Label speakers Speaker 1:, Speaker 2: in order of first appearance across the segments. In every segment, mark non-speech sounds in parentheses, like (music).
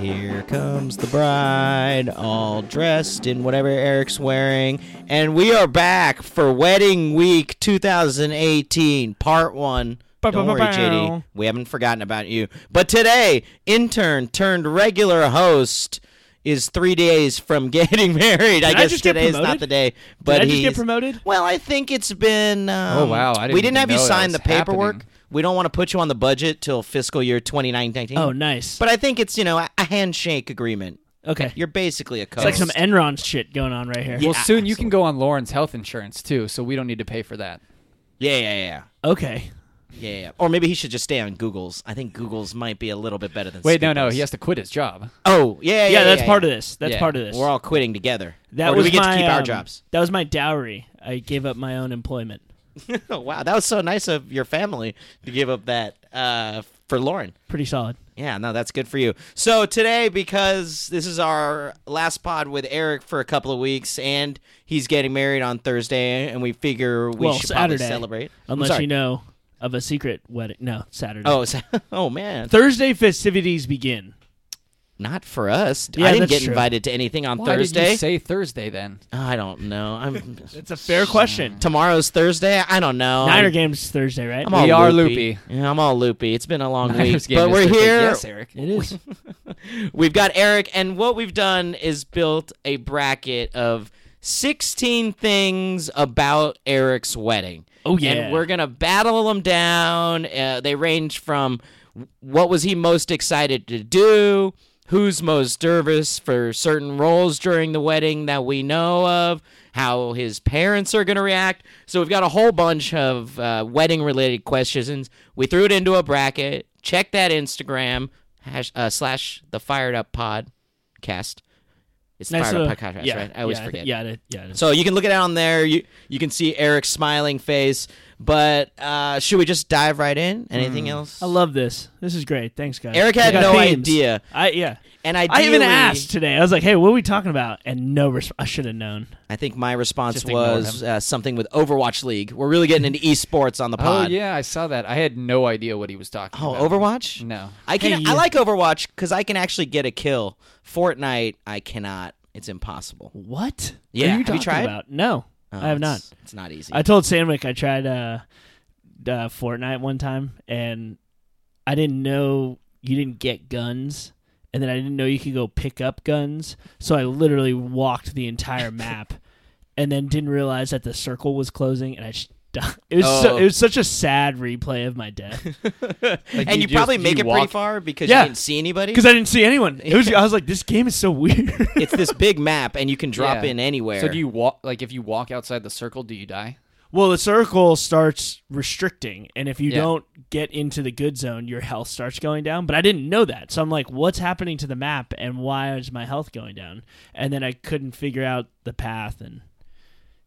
Speaker 1: Here comes the bride, all dressed in whatever Eric's wearing. And we are back for Wedding Week 2018, Part 1.
Speaker 2: Ba-
Speaker 1: Don't
Speaker 2: ba-
Speaker 1: worry,
Speaker 2: ba-
Speaker 1: JD.
Speaker 2: bow.
Speaker 1: We haven't forgotten about you. But today, intern turned regular host is three days from (laughs) getting married. I
Speaker 2: Did I
Speaker 1: guess
Speaker 2: just get
Speaker 1: today is not
Speaker 2: promoted?
Speaker 1: the day. But
Speaker 2: I just get
Speaker 1: he's-
Speaker 2: promoted?
Speaker 1: Well, I think it's been. Um,
Speaker 3: Oh, wow. I
Speaker 1: we
Speaker 3: didn't
Speaker 1: didn't have you
Speaker 3: know that
Speaker 1: sign the
Speaker 3: was
Speaker 1: paperwork.
Speaker 3: happening.
Speaker 1: We don't want to put you on the budget till fiscal year 2019.
Speaker 2: Oh, nice.
Speaker 1: But I think it's, you know, a a handshake agreement.
Speaker 2: okay.
Speaker 1: You're basically a
Speaker 2: It's
Speaker 1: coach.
Speaker 2: like some Enron shit going on right here.
Speaker 3: well, soon you can go on Lauren's health insurance too, so we don't need to pay for that.
Speaker 1: yeah, yeah, yeah.
Speaker 2: Okay.
Speaker 1: Yeah, yeah. Or maybe he should just stay on Google's. I think Google's might be a little bit better than
Speaker 3: Wait, no, no,
Speaker 1: Scoople's.
Speaker 3: he has to quit his job.
Speaker 1: Oh, yeah, yeah.
Speaker 2: Yeah,
Speaker 1: yeah,
Speaker 2: that's
Speaker 1: yeah,
Speaker 2: part
Speaker 1: yeah.
Speaker 2: of this. That's
Speaker 3: Yeah.
Speaker 2: part of this.
Speaker 1: We're all quitting together.
Speaker 2: that
Speaker 1: or
Speaker 2: was
Speaker 1: do we get
Speaker 2: my,
Speaker 1: to keep our
Speaker 2: um,
Speaker 1: jobs? (laughs)
Speaker 2: That was my dowry. I gave up my own employment.
Speaker 1: Oh, wow, that was so nice of your family to give up that uh, for Lauren.
Speaker 2: Pretty solid.
Speaker 1: Yeah, no, that's good for you. So today, because this is our last pod with Eric for a couple of weeks, and he's getting married on Thursday, and we figure we
Speaker 2: Well,
Speaker 1: should probably
Speaker 2: Saturday,
Speaker 1: celebrate. I'm
Speaker 2: Unless
Speaker 1: sorry.
Speaker 2: you know of a secret wedding. No, Saturday.
Speaker 1: Oh, so, oh man,
Speaker 2: Thursday festivities begin.
Speaker 1: not for us.
Speaker 2: Yeah,
Speaker 1: I didn't
Speaker 2: that's
Speaker 1: get
Speaker 2: true.
Speaker 1: invited to anything on
Speaker 3: Why
Speaker 1: Thursday.
Speaker 3: did you say Thursday (laughs) then?
Speaker 1: I don't know. I'm
Speaker 2: It's a fair question.
Speaker 1: tomorrow's Thursday. I don't know.
Speaker 2: Niner
Speaker 1: I'm-
Speaker 2: games Thursday, right?
Speaker 1: I'm all
Speaker 3: We are
Speaker 1: loopy.
Speaker 3: loopy.
Speaker 1: Yeah, I'm all loopy. It's been a long
Speaker 3: Niners
Speaker 1: week, but
Speaker 3: game is
Speaker 1: we're
Speaker 3: Thursday.
Speaker 1: here.
Speaker 3: Yes, Eric.
Speaker 2: it
Speaker 1: (laughs)
Speaker 2: is.
Speaker 1: We've got Eric, and what we've done is built a bracket of 16 things about Eric's wedding.
Speaker 2: Oh, yeah.
Speaker 1: And we're going to battle them down. Uh, they range from what was he most excited to do, who's most nervous for certain roles during the wedding that we know of, how his parents are going to react. So we've got a whole bunch of uh, wedding related questions. We threw it into a bracket. Check that Instagram hash, uh, slash the fired up podcast. It's the
Speaker 2: Nice
Speaker 1: fired
Speaker 2: little-
Speaker 1: up podcast,
Speaker 2: yeah,
Speaker 1: right? I always
Speaker 2: yeah,
Speaker 1: forget.
Speaker 2: Yeah, it- yeah. it is.
Speaker 1: So you can look it out on there. You you can see Eric's smiling face. But uh, should we just dive right in? Anything
Speaker 3: Hmm.
Speaker 1: else?
Speaker 2: I love this. This is great. Thanks, guys.
Speaker 1: Eric had
Speaker 2: We got
Speaker 1: no
Speaker 2: themes.
Speaker 1: idea,
Speaker 2: I yeah.
Speaker 1: and I
Speaker 2: I even asked today. I was like, "Hey, what are we talking about?" And no response. I should have known.
Speaker 1: I think my response
Speaker 3: Just ignore
Speaker 1: was uh, something with Overwatch League. We're really getting into esports on the
Speaker 3: Oh
Speaker 1: pod.
Speaker 3: yeah, I saw that. I had no idea what he was talking
Speaker 1: Oh,
Speaker 3: about.
Speaker 1: Overwatch?
Speaker 3: No.
Speaker 1: I can.
Speaker 2: Hey.
Speaker 1: I like Overwatch because I can actually get a kill. Fortnite, I cannot. It's impossible.
Speaker 2: What?
Speaker 1: Yeah,
Speaker 2: Are you
Speaker 1: have you
Speaker 2: talking
Speaker 1: tried?
Speaker 2: about? No,
Speaker 1: Oh,
Speaker 2: I have not.
Speaker 1: it's- It's not easy.
Speaker 2: I told Sandwick I tried uh, uh, Fortnite one time, and I didn't know you didn't get guns, and then I didn't know you could go pick up guns. So I literally walked
Speaker 1: (laughs)
Speaker 2: the entire map, and then didn't realize that the circle was closing, and I. Just, (laughs) died. it was so,
Speaker 1: Oh.
Speaker 2: it was such a sad replay of my death
Speaker 1: (laughs) and you,
Speaker 3: you just-
Speaker 1: probably
Speaker 3: you
Speaker 1: make it pretty
Speaker 3: walk-
Speaker 1: far because
Speaker 2: Yeah.
Speaker 1: you didn't see
Speaker 3: (laughs)
Speaker 1: anybody.
Speaker 2: because I didn't see anyone. It was I was like, this game is so weird.
Speaker 1: it's this big map, and you can drop
Speaker 3: Yeah.
Speaker 1: in anywhere.
Speaker 3: So do you walk like if you walk outside the circle, do you die?
Speaker 2: Well, the circle starts restricting, and if you
Speaker 3: Yeah.
Speaker 2: don't get into the good zone, your health starts going down. But I didn't know that, so I'm like, "What's happening to the map, and why is my health going down?" And then I couldn't figure out the path, and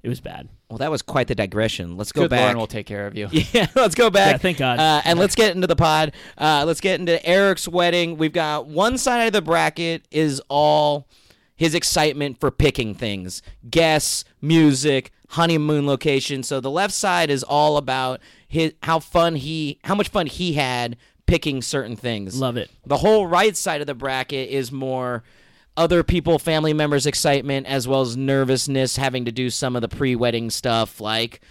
Speaker 2: it was bad.
Speaker 1: Well, that was quite the digression. Let's go
Speaker 3: Good
Speaker 1: back.
Speaker 3: Lauren will take care of you.
Speaker 2: (laughs)
Speaker 1: (laughs) yeah, let's go back.
Speaker 2: Yeah, thank God.
Speaker 1: Uh, and let's get into the pod. Uh, let's get into Eric's wedding. We've got one side of the bracket is all his excitement for picking things guests, music, honeymoon location. So the left side is all about his, how fun he, how much fun he had picking certain things.
Speaker 2: Love it.
Speaker 1: The whole right side of the bracket is more other people, family members' excitement, as well as nervousness having to do some of the pre wedding stuff like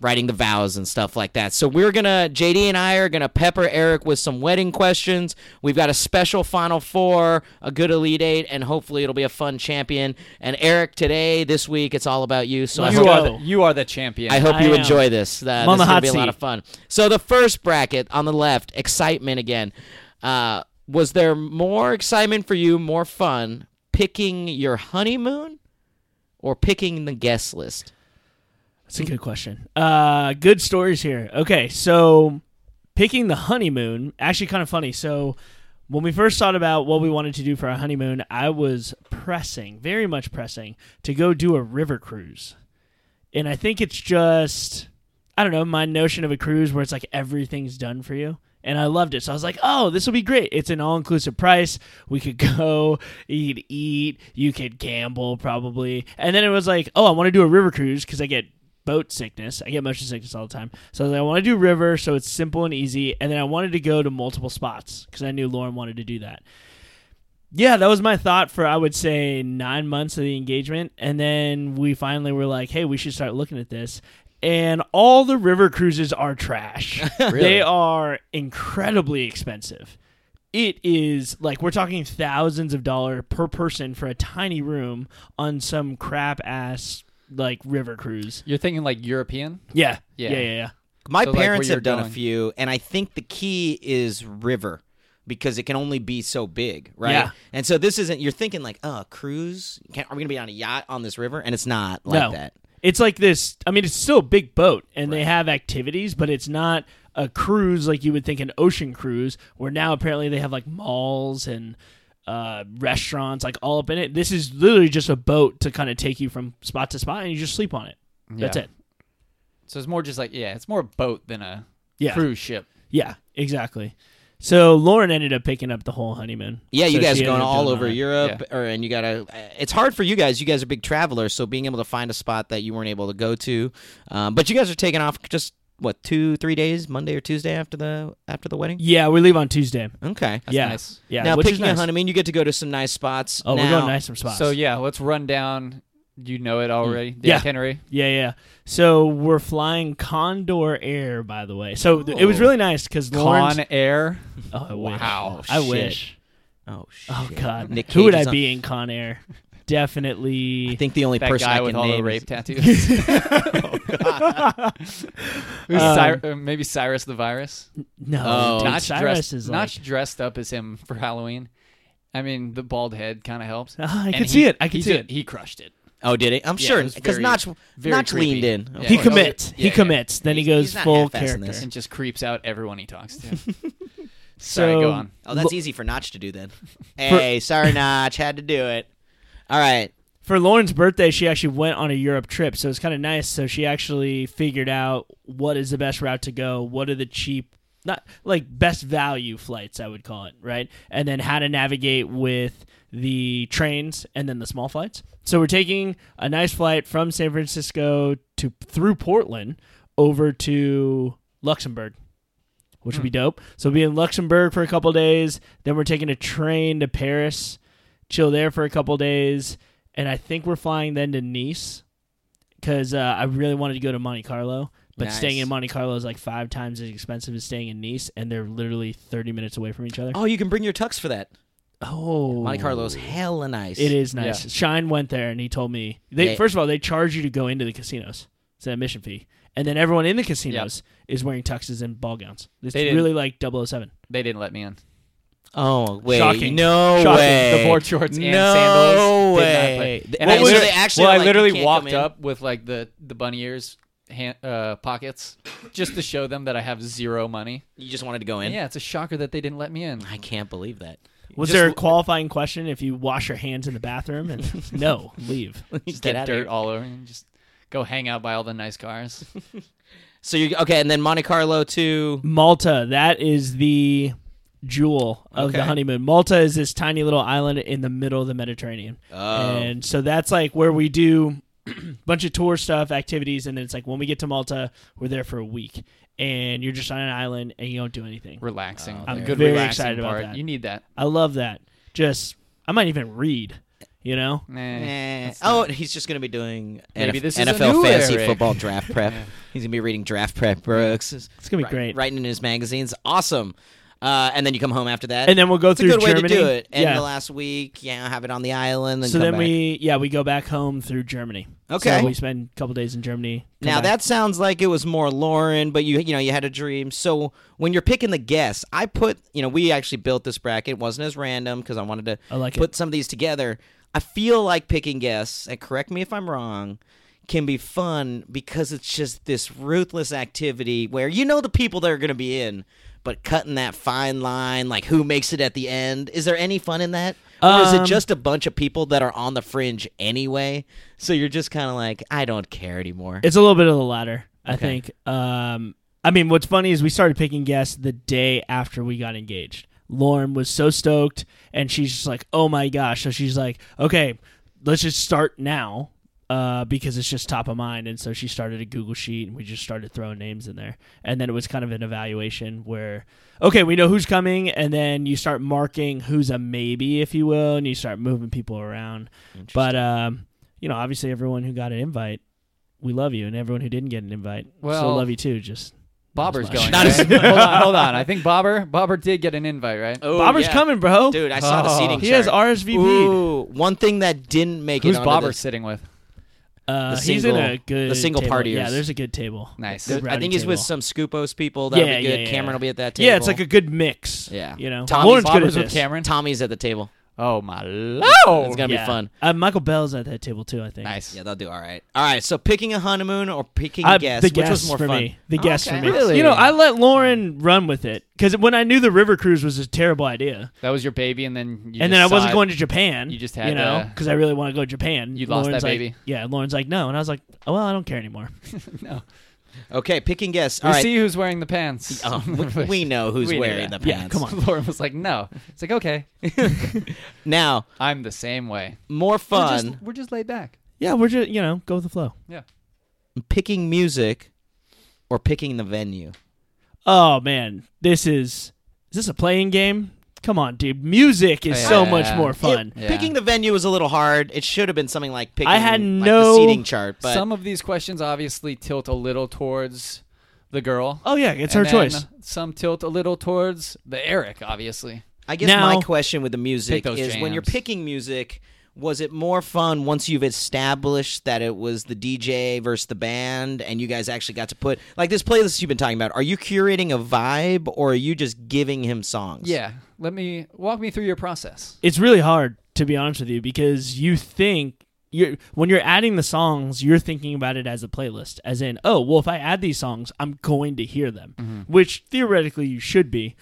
Speaker 1: writing the vows and stuff like that. So we're going to, JD and I are going to pepper Eric with some wedding questions. We've got a special Final Four, a good Elite Eight, and hopefully it'll be a fun champion. And Eric, today, this week, it's all about you. So I
Speaker 2: Let's
Speaker 1: hope
Speaker 3: (laughs) You are
Speaker 2: go.
Speaker 3: the you are the champion.
Speaker 1: I hope
Speaker 2: I
Speaker 1: you
Speaker 2: am.
Speaker 1: enjoy this. Uh,
Speaker 2: I'm on
Speaker 1: this is gonna
Speaker 2: the hot
Speaker 1: be a lot
Speaker 2: seat.
Speaker 1: of fun. So the first bracket on the left, excitement again. Uh, was there more excitement for you, more fun picking your honeymoon, or picking the guest list?
Speaker 2: That's a good question. Uh, good stories here. Okay, so picking the honeymoon actually kind of funny. So when we first thought about what we wanted to do for our honeymoon, I was pressing, very much pressing, to go do a river cruise, and I think it's just I don't know my notion of a cruise where it's like everything's done for you. And I loved it. So I was like, oh, this will be great. It's an all inclusive price. We could (laughs) go, you could eat, you could gamble probably. And then it was like, oh, I want to do a river cruise because I get boat sickness. I get motion sickness all the time. So I was like, I want to do river, so it's simple and easy. And then I wanted to go to multiple spots because I knew Lauren wanted to do that. yeah, that was my thought for I would say nine months of the engagement, and then we finally were like, hey, we should start looking at this. And all the river cruises are trash. They are incredibly expensive. It is like we're talking thousands of dollars per person for a tiny room on some crap ass like river cruise.
Speaker 3: You're thinking like European.
Speaker 2: Yeah.
Speaker 3: Yeah.
Speaker 2: Yeah. Yeah. yeah.
Speaker 1: My
Speaker 3: So, like, where
Speaker 1: parents
Speaker 3: you're
Speaker 1: have done a
Speaker 3: going.
Speaker 1: few, and I think the key is river because it can only be so big, right?
Speaker 2: Yeah.
Speaker 1: And so this isn't. You're thinking like, oh, cruise? Can, are we gonna be on a yacht on this river? And it's not like
Speaker 2: No.
Speaker 1: that.
Speaker 2: It's like this. I mean, it's still a big boat, and they have activities, but it's not a cruise like you would think an ocean cruise. Where now apparently they have like malls and uh, restaurants, like all up in it. This is literally just a boat to kind of take you from spot to spot, and you just sleep on it. That's
Speaker 3: Yeah.
Speaker 2: it.
Speaker 3: So it's more just like yeah, it's more a boat than a
Speaker 2: Yeah.
Speaker 3: cruise ship.
Speaker 2: Yeah, exactly. So Lauren ended up picking up the whole honeymoon.
Speaker 1: Yeah, you
Speaker 2: So
Speaker 1: guys
Speaker 2: she
Speaker 1: are going
Speaker 2: ended up
Speaker 1: all
Speaker 2: doing
Speaker 1: over
Speaker 2: that.
Speaker 1: Europe, or and you gotta. uh, It's hard for you guys. You guys are big travelers, so being able to find a spot that you weren't able to go to, um, but you guys are taking off just what two, three days, Monday or Tuesday after the after the wedding.
Speaker 2: Yeah, we leave on Tuesday.
Speaker 1: Okay.
Speaker 3: That's
Speaker 2: yeah,
Speaker 3: nice.
Speaker 2: yeah.
Speaker 1: now
Speaker 2: which
Speaker 1: picking
Speaker 2: is nice.
Speaker 1: a honeymoon, you get to go to some nice spots.
Speaker 2: Oh,
Speaker 1: now,
Speaker 2: we're going nice some spots.
Speaker 3: So yeah, let's run down. You know it already. The
Speaker 2: Yeah.
Speaker 3: itinerary.
Speaker 2: Yeah, yeah. So we're flying Condor Air, by the way. So th- it was
Speaker 1: Oh.
Speaker 2: really nice because Lauren's.
Speaker 3: Con Air.
Speaker 2: oh, I wish.
Speaker 3: Wow.
Speaker 2: I
Speaker 1: shit.
Speaker 2: wish.
Speaker 1: Oh shit.
Speaker 2: Oh God.
Speaker 1: Nick
Speaker 2: Who would
Speaker 1: Cage
Speaker 2: I
Speaker 1: is on-
Speaker 2: be in
Speaker 1: (laughs)
Speaker 2: Con Air? Definitely.
Speaker 1: I think the only
Speaker 3: That
Speaker 1: person I
Speaker 3: guy
Speaker 1: can
Speaker 3: with all
Speaker 1: name
Speaker 3: the
Speaker 1: is-
Speaker 3: rape
Speaker 2: (laughs)
Speaker 3: tattoos. Who's
Speaker 2: Um,
Speaker 3: Cyr- uh, maybe Cyrus the Virus.
Speaker 2: no,
Speaker 1: Oh.
Speaker 2: dude,
Speaker 3: Notch
Speaker 2: Cyrus
Speaker 3: dressed,
Speaker 2: is like.
Speaker 3: Notch dressed up as him for Halloween. I mean, the bald head kind of helps.
Speaker 2: Ah, I
Speaker 3: And
Speaker 2: could
Speaker 3: he-
Speaker 2: see it. I could
Speaker 3: he's
Speaker 2: see
Speaker 3: a-
Speaker 2: it.
Speaker 3: He crushed it.
Speaker 1: Oh, did he? I'm
Speaker 3: Yeah,
Speaker 1: sure
Speaker 3: it was
Speaker 1: because
Speaker 3: very-
Speaker 1: Notch
Speaker 3: very
Speaker 1: Notch
Speaker 3: creepy.
Speaker 1: leaned in. Of
Speaker 3: Yeah.
Speaker 2: He
Speaker 1: course.
Speaker 2: commits.
Speaker 3: Yeah,
Speaker 2: he
Speaker 3: yeah.
Speaker 2: commits. Then he
Speaker 1: He's-
Speaker 2: goes
Speaker 1: he's not
Speaker 2: full
Speaker 1: half-assing
Speaker 2: character.
Speaker 1: this.
Speaker 3: and just creeps out everyone he talks
Speaker 2: (laughs)
Speaker 3: to.
Speaker 2: So
Speaker 3: Sorry, go on.
Speaker 1: Oh, that's easy for Notch to do then. (laughs) Hey, sorry, Notch, had to do it. All right.
Speaker 2: for Lauren's birthday, she actually went on a Europe trip, so it's kind of nice. So she actually figured out what is the best route to go, what are the cheap, not like best value flights, I would call it, right? And then how to navigate with the trains and then the small flights. So we're taking a nice flight from San Francisco to through Portland over to Luxembourg which would be dope. So we'll be in Luxembourg for a couple days. Then we're taking a train to Paris, chill there for a couple days, and I think we're flying then to Nice because uh, I really wanted to go to Monte Carlo. But
Speaker 1: Nice.
Speaker 2: staying in Monte Carlo is like five times as expensive as staying in Nice, and they're literally thirty minutes away from each other.
Speaker 1: Oh, you can bring your tux for that.
Speaker 2: Oh,
Speaker 1: Monte Carlo's hella nice.
Speaker 2: It is nice. Shine went there and he told me they
Speaker 1: Yeah.
Speaker 2: first of all they charge you to go into the casinos. It's an admission fee. And then everyone in the casinos is wearing tuxes and ball gowns. It's
Speaker 3: They didn't-
Speaker 2: really like 007.
Speaker 3: They didn't let me in.
Speaker 1: Oh wait,
Speaker 2: Shocking.
Speaker 1: no
Speaker 2: Shocking.
Speaker 1: way.
Speaker 3: The board shorts and
Speaker 1: no
Speaker 3: sandals. did not play.
Speaker 1: way.
Speaker 3: And
Speaker 1: Wait,
Speaker 3: I
Speaker 1: so
Speaker 3: literally,
Speaker 1: they actually
Speaker 3: well,
Speaker 1: are
Speaker 3: I
Speaker 1: like, you
Speaker 3: literally
Speaker 1: can't come
Speaker 3: walked
Speaker 1: in?
Speaker 3: up with like the the bunny ears hand, uh, pockets just to show them that I have zero money.
Speaker 1: You just wanted to go in.
Speaker 3: And yeah, it's a shocker that they didn't
Speaker 1: (laughs)
Speaker 3: let me in.
Speaker 1: I can't believe that.
Speaker 2: Was
Speaker 3: Just
Speaker 2: there a
Speaker 3: l-
Speaker 2: qualifying question if you wash your hands in the bathroom? And (laughs) no, leave.
Speaker 1: Get
Speaker 3: Just that
Speaker 1: outta
Speaker 3: dirt
Speaker 1: here. Oh,
Speaker 3: all over and just go hang out by all the
Speaker 1: (laughs)
Speaker 3: nice cars.
Speaker 1: So you okay, and then Monte Carlo too.
Speaker 2: Malta, that is the jewel of the
Speaker 1: Okay.
Speaker 2: honeymoon. Malta is this tiny little island in the middle of the Mediterranean.
Speaker 1: Oh.
Speaker 2: And so that's like where we do (clears throat) a bunch of tour stuff, activities, and then it's like when we get to Malta, we're there for a week. And you're just on an island and you don't do anything.
Speaker 3: Relaxing.
Speaker 1: Oh,
Speaker 3: The
Speaker 1: I'm
Speaker 3: good
Speaker 2: very
Speaker 3: relaxing
Speaker 2: excited about
Speaker 3: part.
Speaker 2: that.
Speaker 3: You need that.
Speaker 2: I love that. Just, I might even read, you know?
Speaker 3: Nah.
Speaker 1: Eh.
Speaker 3: that's
Speaker 1: Oh, and he's just going to be doing
Speaker 3: Maybe
Speaker 1: NF-
Speaker 3: this is a
Speaker 1: NFL
Speaker 3: new
Speaker 1: fantasy
Speaker 3: Eric.
Speaker 1: football draft (laughs) prep. He's going to be reading draft prep books.
Speaker 2: It's going to be
Speaker 1: Right-
Speaker 2: great.
Speaker 1: Writing in his magazines. Awesome. Uh, and then you come home after that.
Speaker 2: And then we'll go
Speaker 1: it's a
Speaker 2: through
Speaker 1: good
Speaker 2: Germany.
Speaker 1: way to do it. End
Speaker 2: yeah.
Speaker 1: the last week, yeah, have it on the island. Then
Speaker 2: so
Speaker 1: come
Speaker 2: then
Speaker 1: back.
Speaker 2: we yeah we go back home through Germany.
Speaker 1: Okay.
Speaker 2: so we spend a couple days in Germany. come
Speaker 1: Now
Speaker 2: back.
Speaker 1: that sounds like it was more Lauren, but you you know you had a dream. So when you're picking the guests, I put you know we actually built this bracket. It wasn't as random because I wanted to
Speaker 2: I like it.
Speaker 1: put some of these together. I feel like picking guests, and correct me if I'm wrong, can be fun because it's just this ruthless activity where you know the people that are going to be in, but cutting that fine line, like who makes it at the end. Is there any fun in that? Or is it
Speaker 2: Um,
Speaker 1: just a bunch of people that are on the fringe anyway? So you're just kind of like, I don't care anymore.
Speaker 2: it's a little bit of the latter, I
Speaker 1: Okay.
Speaker 2: think. Um, I mean, what's funny is we started picking guests the day after we got engaged. Lauren was so stoked, and she's just like, "Oh my gosh!" So she's like, "Okay, let's just start now." uh, because it's just top of mind. And so she started a Google sheet and we just started throwing names in there. And then it was kind of an evaluation where, okay, we know who's coming. And then you start marking who's a maybe, if you will, and you start moving people around. But, um, you know, obviously everyone who got an invite, we love you. And everyone who didn't get an invite, still
Speaker 3: Well-
Speaker 2: love you too. Just
Speaker 3: Bobber's
Speaker 2: Not as
Speaker 3: going.
Speaker 1: much. Not
Speaker 3: right? hold on, hold on. I think Bobber Bobber did get an invite, right?
Speaker 1: Oh,
Speaker 2: Bobber's
Speaker 1: yeah.
Speaker 2: coming, bro.
Speaker 1: Dude, I saw the
Speaker 3: Oh.
Speaker 1: seating
Speaker 2: he
Speaker 1: chart.
Speaker 2: has RSVP.
Speaker 1: Ooh, one thing that didn't make
Speaker 3: Who's
Speaker 1: it onto
Speaker 3: Bobber
Speaker 1: this-
Speaker 3: sitting with?
Speaker 2: Uh,
Speaker 1: The
Speaker 2: he's in a
Speaker 1: single-
Speaker 2: good
Speaker 1: the single
Speaker 2: table.
Speaker 1: partiers.
Speaker 2: Yeah, there's a good table.
Speaker 3: Nice.
Speaker 2: Good
Speaker 1: I
Speaker 2: rounding
Speaker 1: think he's with some
Speaker 2: table.
Speaker 1: Scoopos people. That'll
Speaker 2: Yeah,
Speaker 1: be good.
Speaker 2: yeah, yeah.
Speaker 1: Cameron will be at that table.
Speaker 2: Yeah, it's like a good mix.
Speaker 1: Yeah.
Speaker 2: you know,
Speaker 1: Tommy's
Speaker 2: Lauren's good at
Speaker 3: Bobber's with
Speaker 2: this.
Speaker 3: Cameron.
Speaker 1: Tommy's at the table.
Speaker 3: Oh my lord!
Speaker 1: It's gonna be
Speaker 2: Yeah.
Speaker 1: fun.
Speaker 2: Uh, Michael Bell's at that table too, I think.
Speaker 3: nice.
Speaker 1: Yeah, they'll do all right. All right, so picking a honeymoon or picking
Speaker 2: I,
Speaker 1: a guest,
Speaker 2: Uh, the
Speaker 1: which
Speaker 2: guess
Speaker 1: was more
Speaker 2: for
Speaker 1: fun?
Speaker 2: me. The guess
Speaker 3: Okay.
Speaker 2: for me.
Speaker 3: Really?
Speaker 2: You know, I let Lauren run with it because when I knew the river cruise was a terrible idea,
Speaker 3: That was your baby, and then you
Speaker 2: and
Speaker 3: just
Speaker 2: then I
Speaker 3: saw
Speaker 2: wasn't
Speaker 3: it.
Speaker 2: going to Japan.
Speaker 3: you just had
Speaker 2: you know,
Speaker 3: to-
Speaker 2: because I really want to go to Japan.
Speaker 3: You lost
Speaker 2: Lauren's
Speaker 3: that
Speaker 2: like-
Speaker 3: baby.
Speaker 2: Yeah, Lauren's like, no, and I was like, oh, well, I don't care anymore.
Speaker 3: no.
Speaker 1: Okay, picking guests.
Speaker 3: We
Speaker 1: All (laughs) right,
Speaker 3: see who's wearing the pants. (laughs)
Speaker 1: Um,
Speaker 2: (laughs)
Speaker 1: we, we know who's
Speaker 3: We knew
Speaker 1: wearing
Speaker 3: that.
Speaker 1: the
Speaker 2: Yeah,
Speaker 1: pants.
Speaker 3: (laughs)
Speaker 2: come on.
Speaker 3: Lauren was like, "No." It's like, okay,
Speaker 1: Now,
Speaker 3: I'm the same way.
Speaker 1: more
Speaker 3: We're just,
Speaker 1: fun
Speaker 3: we're just laid back.
Speaker 2: Yeah, we're just you know go with the flow.
Speaker 3: Yeah.
Speaker 1: picking music or picking the venue.
Speaker 2: Oh man, this is is this a playing game? Come on, dude. Music is so
Speaker 3: Oh, Yeah.
Speaker 2: much more fun.
Speaker 1: It-
Speaker 3: Yeah.
Speaker 1: Picking the venue was a little hard. It should have been something like picking.
Speaker 2: I had
Speaker 1: like, the
Speaker 2: no-
Speaker 1: seating chart, but
Speaker 3: Some of these questions obviously tilt a little towards the girl.
Speaker 2: oh yeah, it's
Speaker 3: and
Speaker 2: her
Speaker 3: then
Speaker 2: choice.
Speaker 3: Some tilt a little towards the Eric, obviously.
Speaker 1: I guess
Speaker 2: Now-
Speaker 1: my question with the music
Speaker 3: Pick those
Speaker 1: is when you're
Speaker 3: jams.
Speaker 1: picking music, was it more fun once you've established that it was the DJ versus the band and you guys actually got to put like this playlist you've been talking about, are you curating a vibe or are you just giving him songs?
Speaker 3: Yeah. Let me walk me through your process.
Speaker 2: it's really hard to be honest with you because you think you're when you're adding the songs you're thinking about it as a playlist as in oh well if i add these songs i'm going to hear them which theoretically you should be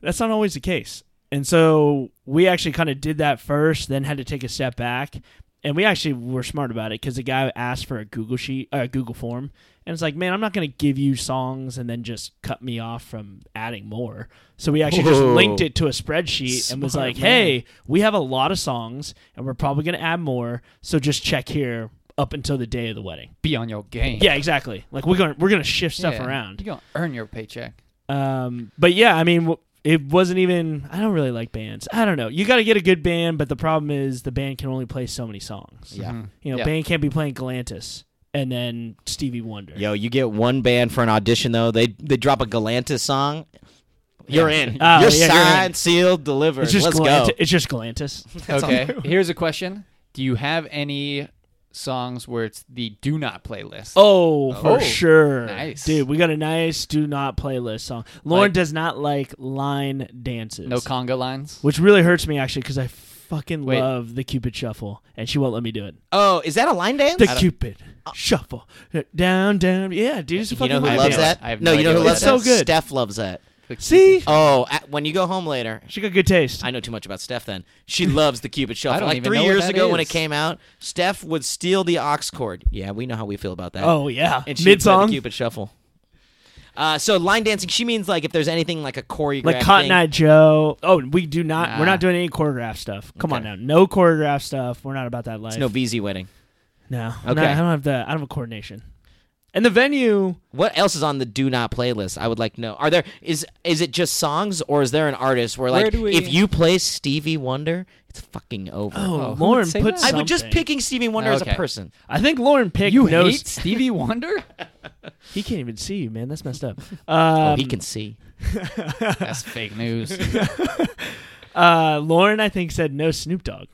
Speaker 2: that's not always the case and so we actually kind of did that first then had to take a step back and we actually were smart about it because the guy asked for a google sheet or a google form and it's like man i'm not going to give you songs and then just cut me off from adding more so we actually just
Speaker 1: Whoa.
Speaker 2: linked it to a spreadsheet and was
Speaker 3: Smart
Speaker 2: like,
Speaker 3: man.
Speaker 2: "Hey, we have a lot of songs, and we're probably going to add more. So just check here up until the day of the wedding."
Speaker 3: Be on your game.
Speaker 2: Yeah, exactly. Like we're going, to we're going to shift stuff
Speaker 3: Yeah.
Speaker 2: around.
Speaker 3: You're going to earn your paycheck.
Speaker 2: Um, but yeah, I mean, w- it wasn't even. I don't really like bands. I don't know. You got to get a good band, but the problem is the band can only play so many songs.
Speaker 1: Yeah.
Speaker 3: Mhm.
Speaker 2: (laughs) You know,
Speaker 3: Yeah.
Speaker 2: band can't be playing Galantis and then Stevie Wonder.
Speaker 1: Yo, you get one band for an audition though. They they drop a Galantis song. You're
Speaker 3: Yeah.
Speaker 1: in.
Speaker 2: (laughs) Oh,
Speaker 1: you're
Speaker 2: yeah, you're
Speaker 1: signed,
Speaker 2: in.
Speaker 1: sealed, delivered.
Speaker 2: It's just
Speaker 1: Let's
Speaker 2: Galantis.
Speaker 1: go.
Speaker 2: It's just Galantis.
Speaker 3: Okay. Here's a question Do you have any songs where it's the do not playlist?
Speaker 2: Oh, for
Speaker 3: Oh.
Speaker 2: sure.
Speaker 3: Nice.
Speaker 2: Dude, we got a nice do not playlist song. Lauren
Speaker 3: Like-
Speaker 2: does not like line dances.
Speaker 3: No conga lines?
Speaker 2: which really hurts me actually because I fucking
Speaker 3: Wait.
Speaker 2: love the Cupid shuffle and she won't let me do it.
Speaker 1: Oh, is that a line dance?
Speaker 2: The Cupid shuffle. Down, down. Yeah, dude, it's a
Speaker 1: you
Speaker 2: fucking
Speaker 1: know who
Speaker 2: line
Speaker 3: I
Speaker 1: loves that?
Speaker 2: dance.
Speaker 3: I have
Speaker 1: no,
Speaker 3: no
Speaker 1: you know
Speaker 3: idea
Speaker 1: who
Speaker 3: what
Speaker 1: loves
Speaker 2: that
Speaker 1: that?
Speaker 2: is. So good.
Speaker 1: Steph loves that.
Speaker 2: See?
Speaker 1: Oh, at, when you go home later,
Speaker 2: She got good taste.
Speaker 1: I know too much about Steph then. She loves the
Speaker 3: (laughs)
Speaker 1: Cupid
Speaker 3: I
Speaker 1: Shuffle.
Speaker 3: don't
Speaker 1: Like
Speaker 3: even
Speaker 1: three
Speaker 3: know what
Speaker 1: years
Speaker 3: that
Speaker 1: ago when it
Speaker 3: is.
Speaker 1: came out, Steph would steal the ox cord. Yeah, we know how we feel about that.
Speaker 2: oh, yeah.
Speaker 1: and she would play
Speaker 2: Mid
Speaker 1: the
Speaker 2: song.
Speaker 1: Cupid Shuffle. Uh, so line dancing, she means like if there's anything like a choreographed
Speaker 2: Like Cotton
Speaker 1: thing.
Speaker 2: Eye Joe. Oh, we do not. We're
Speaker 3: Nah.
Speaker 2: not doing any choreograph stuff. Come on
Speaker 1: Ah. Okay.
Speaker 2: now. No choreograph stuff. We're not about that life.
Speaker 1: It's no BZ wedding.
Speaker 2: No.
Speaker 1: Okay.
Speaker 2: No, I don't have the. I don't have a coordination. And the venue.
Speaker 1: What else is on the do not playlist? I would like to know. Are there is is it just songs or is there an artist where like
Speaker 3: Where do we-
Speaker 1: if you play Stevie Wonder, it's fucking over.
Speaker 2: Oh,
Speaker 3: who
Speaker 2: Lauren
Speaker 3: would say
Speaker 2: put.
Speaker 3: that?
Speaker 1: I would just
Speaker 2: something.
Speaker 1: picking Stevie Wonder as a
Speaker 3: Okay.
Speaker 1: person.
Speaker 2: I think Lauren picked.
Speaker 3: You
Speaker 2: no,
Speaker 3: hate Stevie
Speaker 2: (laughs)
Speaker 3: Wonder?
Speaker 2: He can't even see you, man. That's messed up. Um,
Speaker 1: Oh, he can see.
Speaker 3: That's fake news.
Speaker 2: uh, Lauren, I think, said no Snoop Dogg.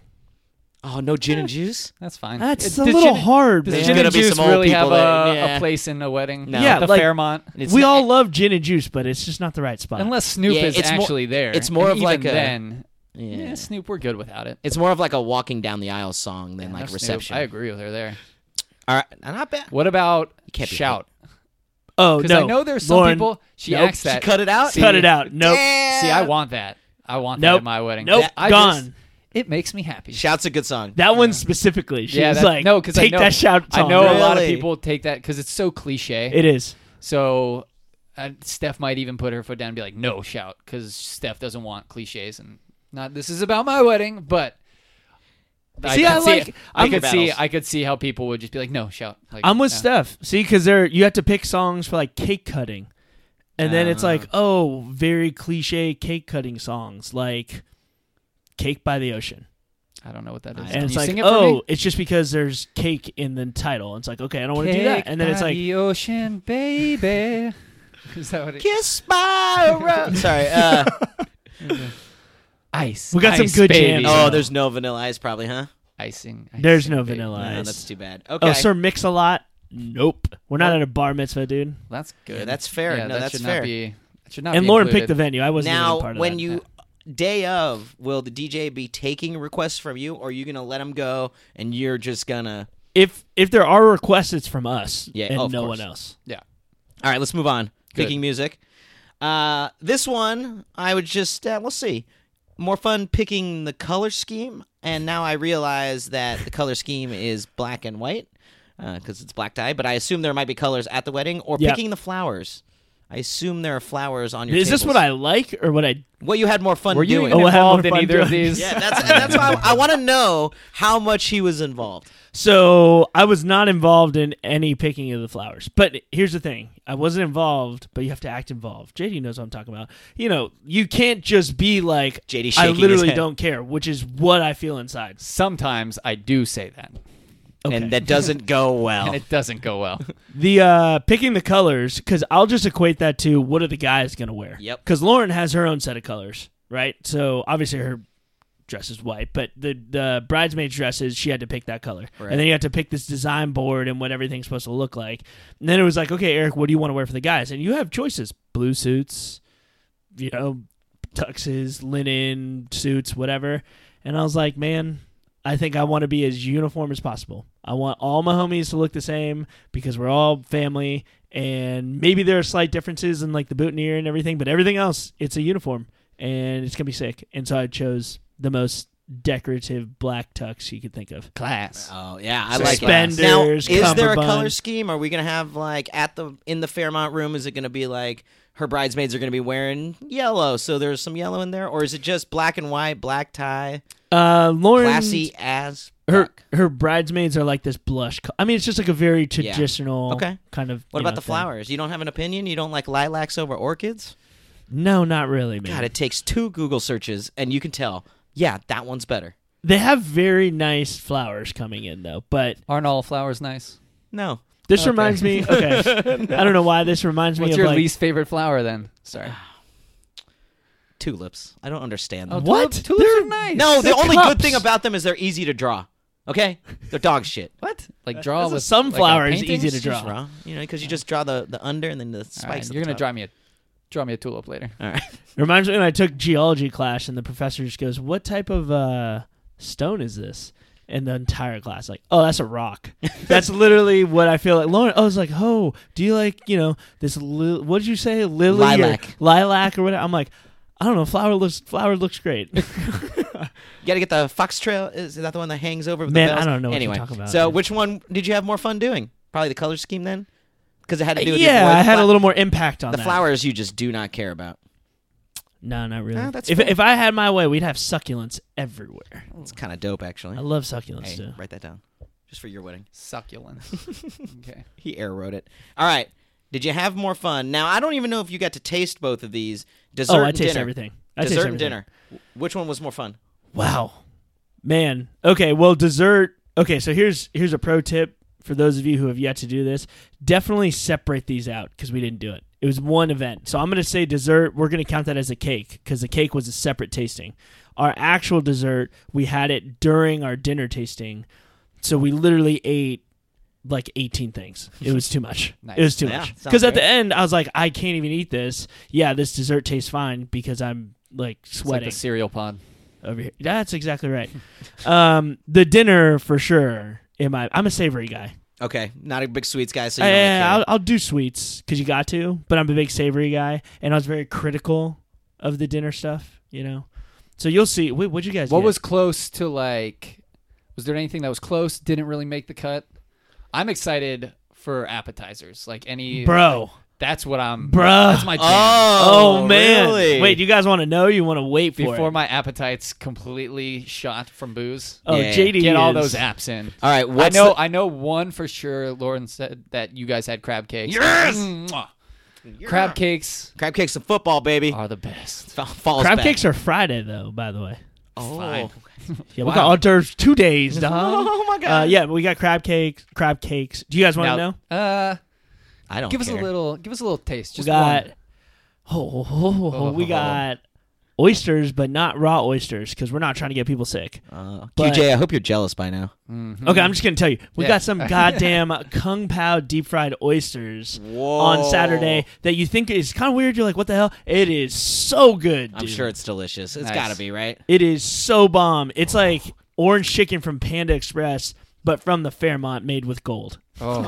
Speaker 1: Oh, no gin and juice?
Speaker 3: That's fine.
Speaker 2: That's
Speaker 3: Uh,
Speaker 2: a
Speaker 3: does
Speaker 2: little
Speaker 3: gin-
Speaker 2: hard,
Speaker 3: Does
Speaker 1: There's
Speaker 3: gin
Speaker 2: man.
Speaker 1: gonna
Speaker 3: and
Speaker 1: be
Speaker 3: juice
Speaker 1: some old
Speaker 3: really
Speaker 1: people
Speaker 3: have
Speaker 1: that-
Speaker 3: a,
Speaker 1: yeah.
Speaker 3: a place in a wedding?
Speaker 1: No.
Speaker 2: Yeah,
Speaker 3: the
Speaker 2: like-
Speaker 3: Fairmont.
Speaker 1: It's
Speaker 2: we
Speaker 1: not-
Speaker 2: all love gin and juice, but it's just not the right spot.
Speaker 3: Unless Snoop
Speaker 1: Yeah,
Speaker 3: is
Speaker 1: it's more-
Speaker 3: actually there.
Speaker 1: it's more
Speaker 3: And
Speaker 1: of
Speaker 3: even
Speaker 1: like a-
Speaker 3: then.
Speaker 1: Yeah.
Speaker 3: Yeah. Snoop, we're good without it.
Speaker 1: It's more of like a walking down the aisle song than
Speaker 3: Yeah,
Speaker 1: like
Speaker 3: no, Snoop.
Speaker 1: reception.
Speaker 3: I agree with her there.
Speaker 1: All right, not bad.
Speaker 3: What about
Speaker 1: can't be
Speaker 3: shout?
Speaker 2: oh
Speaker 3: Because
Speaker 2: no,
Speaker 3: I know there's some
Speaker 2: Lauren,
Speaker 3: people. She
Speaker 2: Nope.
Speaker 3: acts that.
Speaker 1: She cut it out.
Speaker 3: See,
Speaker 2: Cut it out. Nope.
Speaker 3: See, I want that. I want that
Speaker 2: Nope.
Speaker 3: at my wedding.
Speaker 2: Nope.
Speaker 3: I
Speaker 2: Gone.
Speaker 3: just- it makes me happy.
Speaker 1: Shout's a good song.
Speaker 2: That one specifically. She
Speaker 3: Yeah,
Speaker 2: was
Speaker 3: that-
Speaker 2: like,
Speaker 3: no, 'cause I
Speaker 2: take
Speaker 3: know-
Speaker 2: that shout.
Speaker 3: I
Speaker 2: song."
Speaker 3: know a lot of
Speaker 1: Really?
Speaker 3: people take that because it's so cliche.
Speaker 2: It is.
Speaker 3: so uh, Steph might even put her foot down and be like, "No shout," because Steph doesn't want cliches and not. This is about my wedding, but
Speaker 2: See, I
Speaker 3: could
Speaker 2: like-
Speaker 3: see, I
Speaker 2: I'm-
Speaker 3: could see,
Speaker 1: battles.
Speaker 3: I could see how people would just be like, "No, shout!" Like, uh,
Speaker 2: I'm with
Speaker 3: no.
Speaker 2: Steph. See, because there you have to pick songs for like cake cutting, and then it's
Speaker 1: Uh.
Speaker 2: like, oh, very cliche cake cutting songs like "Cake by the Ocean,"
Speaker 3: I don't know what that is.
Speaker 1: And
Speaker 3: Can
Speaker 2: and it's
Speaker 3: you
Speaker 2: like,
Speaker 3: sing it for me?
Speaker 2: oh, it's just because there's cake in the title. It's like, okay, I don't want to do that,
Speaker 3: Cake
Speaker 2: and then it's
Speaker 3: by
Speaker 2: like,
Speaker 3: the ocean, baby. (laughs) Is that what it is?
Speaker 1: Kiss my
Speaker 2: (laughs)
Speaker 1: ro- Sorry. Uh,
Speaker 3: Ice.
Speaker 2: We got some
Speaker 3: ice,
Speaker 2: good
Speaker 3: baby.
Speaker 2: jams.
Speaker 1: oh, there's no Vanilla Ice, probably, huh?
Speaker 3: icing.
Speaker 2: there's
Speaker 3: icing,
Speaker 2: no
Speaker 3: baby.
Speaker 2: Vanilla
Speaker 1: No,
Speaker 2: Ice.
Speaker 1: that's too bad. Okay.
Speaker 2: oh, Sir Mix a Lot. Nope, we're not at a bar mitzvah, dude.
Speaker 3: That's good.
Speaker 1: Yeah, that's fair.
Speaker 3: Yeah,
Speaker 1: No,
Speaker 3: that
Speaker 1: that's
Speaker 3: should
Speaker 1: fair.
Speaker 3: Not be, that should not
Speaker 2: And
Speaker 3: be
Speaker 2: Lauren
Speaker 3: included.
Speaker 2: picked the venue. I wasn't even
Speaker 1: now,
Speaker 2: a part of
Speaker 1: when
Speaker 2: that.
Speaker 1: you day of, will the DJ be taking requests from you, or are you gonna let him go and you're just gonna?
Speaker 2: if if there are requests, it's from us
Speaker 1: Yeah,
Speaker 2: and
Speaker 1: oh, of
Speaker 2: no
Speaker 1: course.
Speaker 2: one else.
Speaker 3: Yeah.
Speaker 1: All right, let's move on.
Speaker 3: Good.
Speaker 1: Picking music. Uh, this one, I would just uh, we'll see. More fun picking the color scheme, and now I realize that the color scheme is black and white because it's black tie. But I assume there might be colors at the wedding, or
Speaker 2: Yeah.
Speaker 1: picking the flowers. I assume there are flowers on your.
Speaker 2: Is this
Speaker 1: tables.
Speaker 2: what I like or what I?
Speaker 1: What you had more fun
Speaker 3: Were you
Speaker 1: doing?
Speaker 3: even
Speaker 2: Oh, I had more
Speaker 3: involved in
Speaker 2: fun
Speaker 3: either of
Speaker 2: doing-
Speaker 3: these?
Speaker 1: Yeah, that's and that's why I, I want to know how much he was involved.
Speaker 2: So I was not involved in any picking of the flowers. But here's the thing: I wasn't involved, but you have to act involved. JD knows what I'm talking about. You know, you can't just be like
Speaker 1: JD
Speaker 2: I
Speaker 1: shaking his
Speaker 2: literally
Speaker 1: head.
Speaker 2: don't care, which is what I feel inside.
Speaker 3: Sometimes I do say that,
Speaker 2: Okay.
Speaker 1: and that doesn't go well.
Speaker 3: and it doesn't go (laughs) well.
Speaker 2: The uh, picking the colors, because I'll just equate that to what are the guys gonna wear?
Speaker 1: Yep.
Speaker 2: Because Lauren has her own set of colors, right? So obviously her dress is white, but the the bridesmaid's dresses she had to pick that color,
Speaker 1: Right.
Speaker 2: and then you had to pick this design board and what everything's supposed to look like. And then it was like, okay, Eric, what do you want to wear for the guys? And you have choices: blue suits, you know, tuxes, linen suits, whatever. And I was like, man, I think I want to be as uniform as possible. I want all my homies to look the same because we're all family. And maybe there are slight differences in like the boutonniere and everything, but everything else, it's a uniform and it's gonna be sick. And so I chose the most decorative black tux you could think of.
Speaker 3: Class.
Speaker 1: Oh yeah, I
Speaker 3: So
Speaker 1: like
Speaker 2: spenders,
Speaker 1: it. Now, is there a
Speaker 2: cummerbund.
Speaker 1: color scheme? Are we gonna have like at the in the Fairmont room? Is it gonna be like her bridesmaids are gonna be wearing yellow, so there's some yellow in there, or is it just black and white, black tie,
Speaker 2: Uh, Lauren,
Speaker 1: classy as
Speaker 2: her
Speaker 1: fuck?
Speaker 2: her bridesmaids are like this blush. Co- I mean, it's just like a very traditional
Speaker 1: Okay.
Speaker 2: kind of.
Speaker 1: What
Speaker 2: you
Speaker 1: about
Speaker 2: know,
Speaker 1: the
Speaker 2: thing.
Speaker 1: flowers? You don't have an opinion? You don't like lilacs over orchids?
Speaker 2: No, not really, man.
Speaker 1: God, it takes two Google searches and you can tell. Yeah, that one's better.
Speaker 2: They have very nice flowers coming in though, but
Speaker 3: Aren't all flowers nice?
Speaker 1: No,
Speaker 2: this
Speaker 3: Okay. (laughs)
Speaker 2: reminds me. Okay, I don't know why this reminds me
Speaker 3: What's
Speaker 2: of
Speaker 3: your Ah.
Speaker 2: like
Speaker 3: least favorite flower then? Sorry.
Speaker 1: tulips. I don't understand
Speaker 3: Oh,
Speaker 1: them.
Speaker 2: What?
Speaker 3: tulip- Tulips
Speaker 2: They're-
Speaker 3: are nice.
Speaker 1: No, the
Speaker 2: They're
Speaker 1: only good
Speaker 2: cups.
Speaker 1: thing about them is they're easy to draw. Okay, they're dog shit.
Speaker 3: what? Like draw
Speaker 2: That's a
Speaker 3: with
Speaker 2: sunflower
Speaker 3: Like
Speaker 2: is easy to draw.
Speaker 1: Just raw, you know, because you just draw the, the under and then the spikes.
Speaker 3: you're gonna draw me a draw me a tulip later.
Speaker 1: draw. All right. (laughs)
Speaker 2: It reminds me when I took geology class and the professor just goes, "What type of uh, stone is this?" And the entire class like, "Oh, that's a rock."
Speaker 3: (laughs)
Speaker 2: that's literally what I feel like. Lauren, I was like, "Oh, do you like you know this? Li- what did you say, lily, or
Speaker 1: Lilac.
Speaker 2: lilac, or whatever?" I'm like, "I don't know. Flower looks flower
Speaker 1: (laughs)
Speaker 2: looks great."
Speaker 1: You got to get the fox trail. Is that the one that hangs over the
Speaker 2: Man,
Speaker 1: bells?
Speaker 2: I don't know what you're
Speaker 1: Anyway,
Speaker 2: talking about.
Speaker 1: so which one did you have more fun doing? Probably the color scheme then, because it had to do with your
Speaker 2: yeah,
Speaker 1: boy-
Speaker 2: I had a
Speaker 1: fla-
Speaker 2: little more impact on
Speaker 1: The
Speaker 2: that.
Speaker 1: flowers you just do not care about.
Speaker 2: No, not really.
Speaker 1: No, that's
Speaker 2: if
Speaker 1: fair.
Speaker 2: if I had my way, we'd have succulents everywhere.
Speaker 1: It's kind of dope, actually.
Speaker 2: I love succulents
Speaker 1: Hey,
Speaker 2: too. Oh,
Speaker 1: write that down, just for your wedding.
Speaker 3: Succulents. okay.
Speaker 1: He air wrote it. All right. Did you have more fun? Now I don't even know if you got to taste both of these. Dessert
Speaker 2: Oh, I
Speaker 1: and
Speaker 2: taste
Speaker 1: dinner.
Speaker 2: everything. I
Speaker 1: Dessert
Speaker 2: taste
Speaker 1: and
Speaker 2: everything.
Speaker 1: dinner. Which one was more fun?
Speaker 2: Wow. Man. Okay, well dessert. Okay, so here's here's a pro tip for those of you who have yet to do this. Definitely separate these out because we didn't do it. It was one event. So I'm going to say dessert, we're going to count that as a cake because the cake was a separate tasting. Our actual dessert, we had it during our dinner tasting. So we literally ate like 18 things. It was too much.
Speaker 3: (laughs) Nice.
Speaker 2: It was too
Speaker 1: Yeah,
Speaker 2: much.
Speaker 1: sounds
Speaker 2: Cuz at the
Speaker 1: great.
Speaker 2: end I was like I can't even eat this. Yeah, this dessert tastes fine because I'm like
Speaker 3: It's like
Speaker 2: sweating
Speaker 3: the cereal pod.
Speaker 2: over here. That's exactly right. (laughs) um, the dinner for sure. Am I? I'm a savory guy.
Speaker 1: Okay, not a big sweets guy, so you don't really
Speaker 2: Uh, Yeah,
Speaker 1: care.
Speaker 2: I'll, I'll do sweets because you got to. But I'm a big savory guy, and I was very critical of the dinner stuff. You know, so you'll see. Wait, what'd you guys?
Speaker 3: What
Speaker 2: get?
Speaker 3: was close to like? Was there anything that was close? Didn't really make the cut. I'm excited for appetizers. Like any
Speaker 2: bro?
Speaker 3: That's what I'm.
Speaker 2: Bruh.
Speaker 3: That's my jam.
Speaker 2: Oh, man.
Speaker 1: really?
Speaker 2: Wait, you guys want to know? You want to wait for
Speaker 3: Before
Speaker 2: it?
Speaker 3: my appetite's completely shot from booze,
Speaker 2: oh,
Speaker 1: Yeah.
Speaker 2: JD.
Speaker 3: get all
Speaker 2: is-
Speaker 3: those apps in.
Speaker 1: All right, what's
Speaker 3: I know.
Speaker 1: the-
Speaker 3: I know one for sure. Lauren said that you guys had crab cakes.
Speaker 1: Yes!
Speaker 3: Mwah. Crab cakes
Speaker 1: crab cakes and football, (laughs) baby.
Speaker 3: are the best.
Speaker 1: F- Falls
Speaker 2: Oh. Crab
Speaker 1: back.
Speaker 2: cakes are Friday though, by the way.
Speaker 1: Oh.
Speaker 3: Fine.
Speaker 2: Yeah, we got hors d'oeuvres two days, dog.
Speaker 1: Oh, my
Speaker 2: Uh,
Speaker 1: God.
Speaker 2: yeah, we got crab cakes. Crab cakes. Do you guys want to
Speaker 3: Now,
Speaker 2: know?
Speaker 3: Uh,
Speaker 1: I don't
Speaker 3: give us a
Speaker 1: care.
Speaker 3: little. Give us a little taste.
Speaker 2: We
Speaker 3: Just
Speaker 2: got.
Speaker 3: one.
Speaker 2: Oh, oh, oh, we got oysters, but not raw oysters because we're not trying to get people sick.
Speaker 1: Uh,
Speaker 2: But-
Speaker 1: QJ, I hope you're jealous by now.
Speaker 3: Mm-hmm.
Speaker 2: Okay, I'm just gonna tell you, we
Speaker 3: Yeah.
Speaker 1: (laughs)
Speaker 2: got some goddamn kung pao deep fried oysters
Speaker 1: Whoa.
Speaker 2: on Saturday that you think is kind of weird. You're like, what the hell? It is so good.
Speaker 1: I'm
Speaker 2: dude.
Speaker 1: sure it's delicious. It's
Speaker 3: Nice.
Speaker 1: got to be, right?
Speaker 2: It is so bomb. It's like orange chicken from Panda Express, but from the Fairmont made with gold.
Speaker 1: Oh,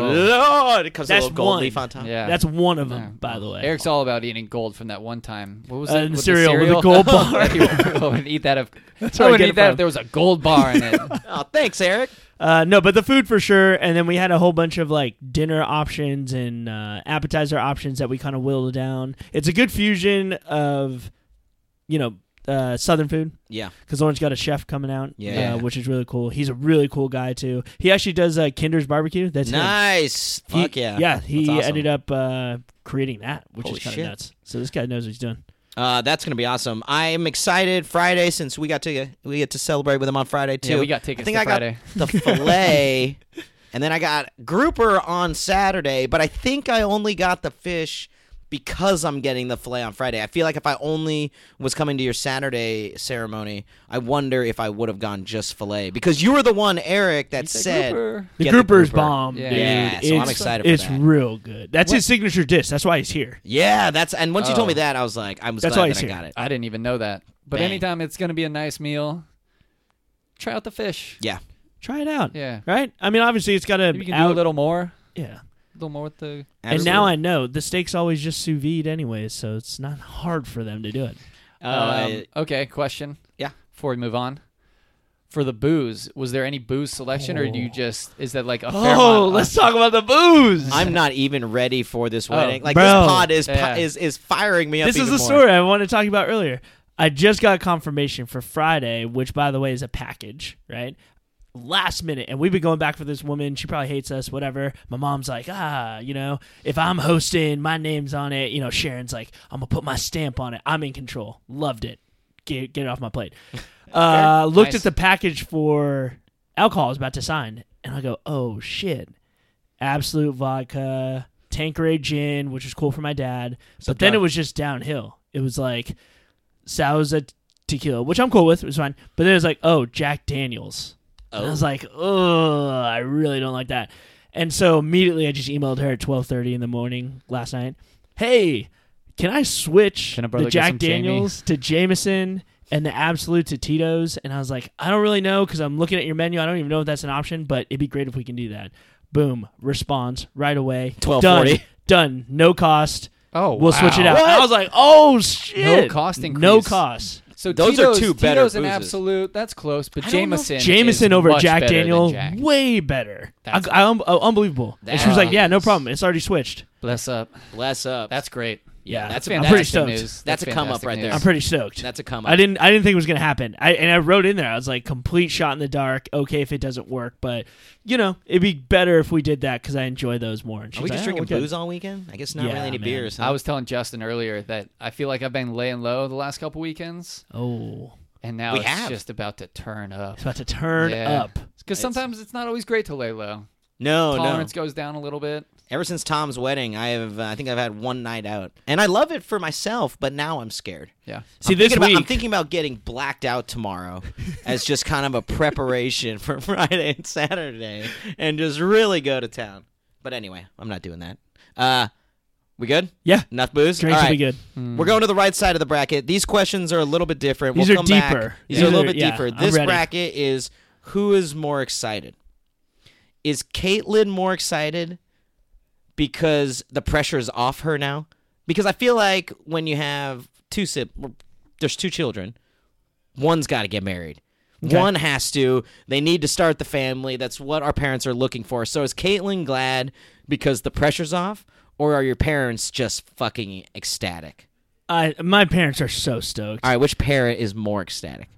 Speaker 1: Lord. It comes with a
Speaker 2: That's
Speaker 1: little gold
Speaker 2: one.
Speaker 1: leaf on top.
Speaker 3: Yeah.
Speaker 2: That's one of them,
Speaker 3: Yeah.
Speaker 2: by the way.
Speaker 3: Eric's all about eating gold from that one time. What was
Speaker 2: Uh,
Speaker 3: that?
Speaker 2: the
Speaker 3: with Oh,
Speaker 2: cereal with
Speaker 3: (laughs)
Speaker 2: the gold bar.
Speaker 3: I would- I would eat that
Speaker 2: (laughs)
Speaker 3: if I
Speaker 2: where I
Speaker 3: would
Speaker 2: get
Speaker 3: eat
Speaker 2: it
Speaker 3: that
Speaker 2: from.
Speaker 3: if there was a gold bar
Speaker 1: (laughs)
Speaker 3: in it.
Speaker 1: Oh, thanks, Eric.
Speaker 2: Uh, no, but the food for sure. And then we had a whole bunch of like dinner options and uh, appetizer options that we kind of whittled down. It's a good fusion of, you know, uh, southern food
Speaker 1: Yeah.
Speaker 2: because Lauren's got a chef coming out,
Speaker 1: Yeah.
Speaker 2: uh, which is really cool. He's a really cool guy too. He actually does uh, Kinder's barbecue. That's him.
Speaker 1: Nice.
Speaker 2: He-
Speaker 1: Fuck yeah.
Speaker 2: Yeah, he
Speaker 1: That's awesome.
Speaker 2: ended up uh, creating that, which
Speaker 1: Holy
Speaker 2: is kind
Speaker 1: shit.
Speaker 2: of nuts. So this guy knows what he's doing.
Speaker 1: Uh, that's gonna be awesome. I'm excited Friday since we got to we get to celebrate with them on Friday too.
Speaker 3: Yeah, we got tickets
Speaker 1: I think
Speaker 3: to
Speaker 1: I
Speaker 3: Friday.
Speaker 1: got
Speaker 3: (laughs)
Speaker 1: the fillet, and then I got grouper on Saturday. But I think I only got the fish because I'm getting the fillet on Friday. I feel like if I only was coming to your Saturday ceremony, I wonder if I would have gone just fillet because you were the one, Eric, that said
Speaker 3: Grouper.
Speaker 2: The
Speaker 1: "Get
Speaker 2: grouper's
Speaker 1: grouper."
Speaker 2: bomb,
Speaker 3: Yeah.
Speaker 2: dude.
Speaker 1: Yeah, so I'm
Speaker 2: it's,
Speaker 1: excited for
Speaker 2: It's
Speaker 1: that.
Speaker 2: real good. That's his signature dish. That's why he's here.
Speaker 1: Yeah, that's and once you told
Speaker 3: Oh.
Speaker 1: me that, I was like, I was
Speaker 2: That's why
Speaker 1: glad
Speaker 2: he's
Speaker 1: that I
Speaker 2: here.
Speaker 1: got it.
Speaker 3: I didn't even know that. But
Speaker 1: Bang.
Speaker 3: anytime it's gonna be a nice meal, try out the fish.
Speaker 1: Yeah,
Speaker 2: Try it out.
Speaker 3: Yeah,
Speaker 2: Right? I mean, obviously, it's got to
Speaker 3: you can do
Speaker 2: out.
Speaker 3: a little more.
Speaker 2: yeah.
Speaker 3: A little more with the.
Speaker 2: And now I know the steak's always just sous vide, anyways, so it's not hard for them to do it.
Speaker 1: absolutely. Uh,
Speaker 3: um, okay, question.
Speaker 1: yeah.
Speaker 3: Before we move on. For the booze, was there any booze selection, or do you
Speaker 2: Oh.
Speaker 3: just is that like a
Speaker 2: oh,
Speaker 3: Fairmont-
Speaker 2: let's talk about the booze.
Speaker 1: I'm
Speaker 2: (laughs)
Speaker 1: not even ready for this wedding. like
Speaker 2: Oh, bro.
Speaker 1: this pod is
Speaker 3: Yeah.
Speaker 1: is is firing me up.
Speaker 2: this is
Speaker 1: even
Speaker 2: the
Speaker 1: more.
Speaker 2: story I wanted to talk about earlier. I just got confirmation for Friday, which by the way is a package, right? Last minute, and we've been going back for this woman. She probably hates us, whatever. My mom's like, ah, you know, if I'm hosting, my name's on it. You know, Sharon's like, I'm gonna put my stamp on it. I'm in control. Loved it. Get get it off
Speaker 3: (laughs)
Speaker 2: my plate. Uh, looked
Speaker 3: Nice.
Speaker 2: at the package for alcohol I was about to sign, and I go, oh shit, absolute vodka, Tanqueray gin, which is cool for my dad. but then
Speaker 1: drug.
Speaker 2: it was just downhill. It was like Sauza t- tequila, which I'm cool with. It was fine. But then it was like, oh, Jack Daniels. And I was like, oh, I really don't like that. And so immediately I just emailed her at 12:30 in the morning last night. Hey, can I switch
Speaker 3: Can a brother
Speaker 2: the
Speaker 3: get
Speaker 2: Jack
Speaker 3: some Jamie?
Speaker 2: Daniels to Jameson and the Absolute to Tito's? And I was like, I don't really know because I'm looking at your menu. I don't even know if that's an option, but it'd be great if we can do that. Boom, response right away.
Speaker 1: 12:40.
Speaker 2: Done. Done. No cost.
Speaker 3: Oh,
Speaker 2: We'll switch it
Speaker 3: wow.
Speaker 2: out. I was like, oh shit.
Speaker 3: cost
Speaker 2: No
Speaker 3: increase.
Speaker 2: cost.
Speaker 3: So
Speaker 1: Those are
Speaker 3: Tito's,
Speaker 1: two better
Speaker 3: Tito's an
Speaker 1: boozes.
Speaker 3: absolute. That's close, but
Speaker 1: I don't know if
Speaker 3: Jameson. is
Speaker 2: Jameson over
Speaker 3: much
Speaker 2: Jack
Speaker 3: better than
Speaker 2: Daniel,
Speaker 3: Jack.
Speaker 2: way better. I,
Speaker 3: That's-
Speaker 2: I, um, uh, unbelievable. and she was like,
Speaker 3: That's-
Speaker 2: "Yeah, no problem. It's already switched."
Speaker 3: Bless up.
Speaker 1: Bless up.
Speaker 3: That's great.
Speaker 2: Yeah,
Speaker 1: that's
Speaker 2: I'm
Speaker 1: fantastic
Speaker 2: pretty stoked.
Speaker 3: news.
Speaker 1: That's a come up
Speaker 3: fantastic
Speaker 1: right
Speaker 3: news.
Speaker 1: there.
Speaker 2: I'm pretty stoked.
Speaker 1: that's a come up.
Speaker 2: I didn't. I didn't think it was gonna happen. I and I wrote in there. I was like, "Complete shot in the dark." Okay, if it doesn't work, but you know, it'd be better if we did that because I enjoy those more. And
Speaker 1: Are
Speaker 2: she's
Speaker 1: we
Speaker 2: like,
Speaker 1: just
Speaker 2: "Oh,
Speaker 1: drinking
Speaker 2: okay."
Speaker 1: booze all weekend? I guess not
Speaker 2: Yeah,
Speaker 1: really any
Speaker 2: man.
Speaker 1: beers. Huh?
Speaker 3: I was telling Justin earlier that I feel like I've been laying low the last couple weekends,
Speaker 2: Oh,
Speaker 3: and now
Speaker 1: We
Speaker 3: it's
Speaker 1: have.
Speaker 3: just about to turn up.
Speaker 2: it's about to turn
Speaker 3: Yeah.
Speaker 2: up. Oh,
Speaker 3: Because sometimes it's not always great to lay low.
Speaker 1: no, no.
Speaker 3: Tolerance goes down a little bit.
Speaker 1: Ever since Tom's wedding, I have. Uh, I think I've had one night out, and I love it for myself. But now I'm scared.
Speaker 3: Yeah.
Speaker 2: See,
Speaker 1: I'm
Speaker 2: this
Speaker 1: thinking about-
Speaker 2: week
Speaker 1: I'm thinking about getting blacked out
Speaker 2: (laughs)
Speaker 1: tomorrow, as just kind of a preparation for (laughs) Friday and Saturday, and just really go to town. But anyway, I'm not doing that. Uh, we good?
Speaker 2: Yeah.
Speaker 1: Enough booze.
Speaker 2: drinks
Speaker 1: All
Speaker 2: will be
Speaker 1: right.
Speaker 2: good.
Speaker 1: We're going to the right side of the bracket. These questions are a little bit different.
Speaker 2: These
Speaker 1: we'll
Speaker 2: are
Speaker 1: come back.
Speaker 2: deeper.
Speaker 1: These
Speaker 2: Yeah.
Speaker 1: are a little bit
Speaker 2: Yeah,
Speaker 1: deeper.
Speaker 2: I'm
Speaker 1: this
Speaker 2: ready.
Speaker 1: bracket is who is more excited? Is Caitlyn more excited because the pressure is off her now? Because I feel like when you have two sib, there's two children, one's got to get married. One has to. They need to start the family. That's what our parents are looking for. So is Caitlyn glad because the pressure's off, or are your parents just fucking ecstatic?
Speaker 2: I my parents are so stoked.
Speaker 1: All right, which parent is more ecstatic?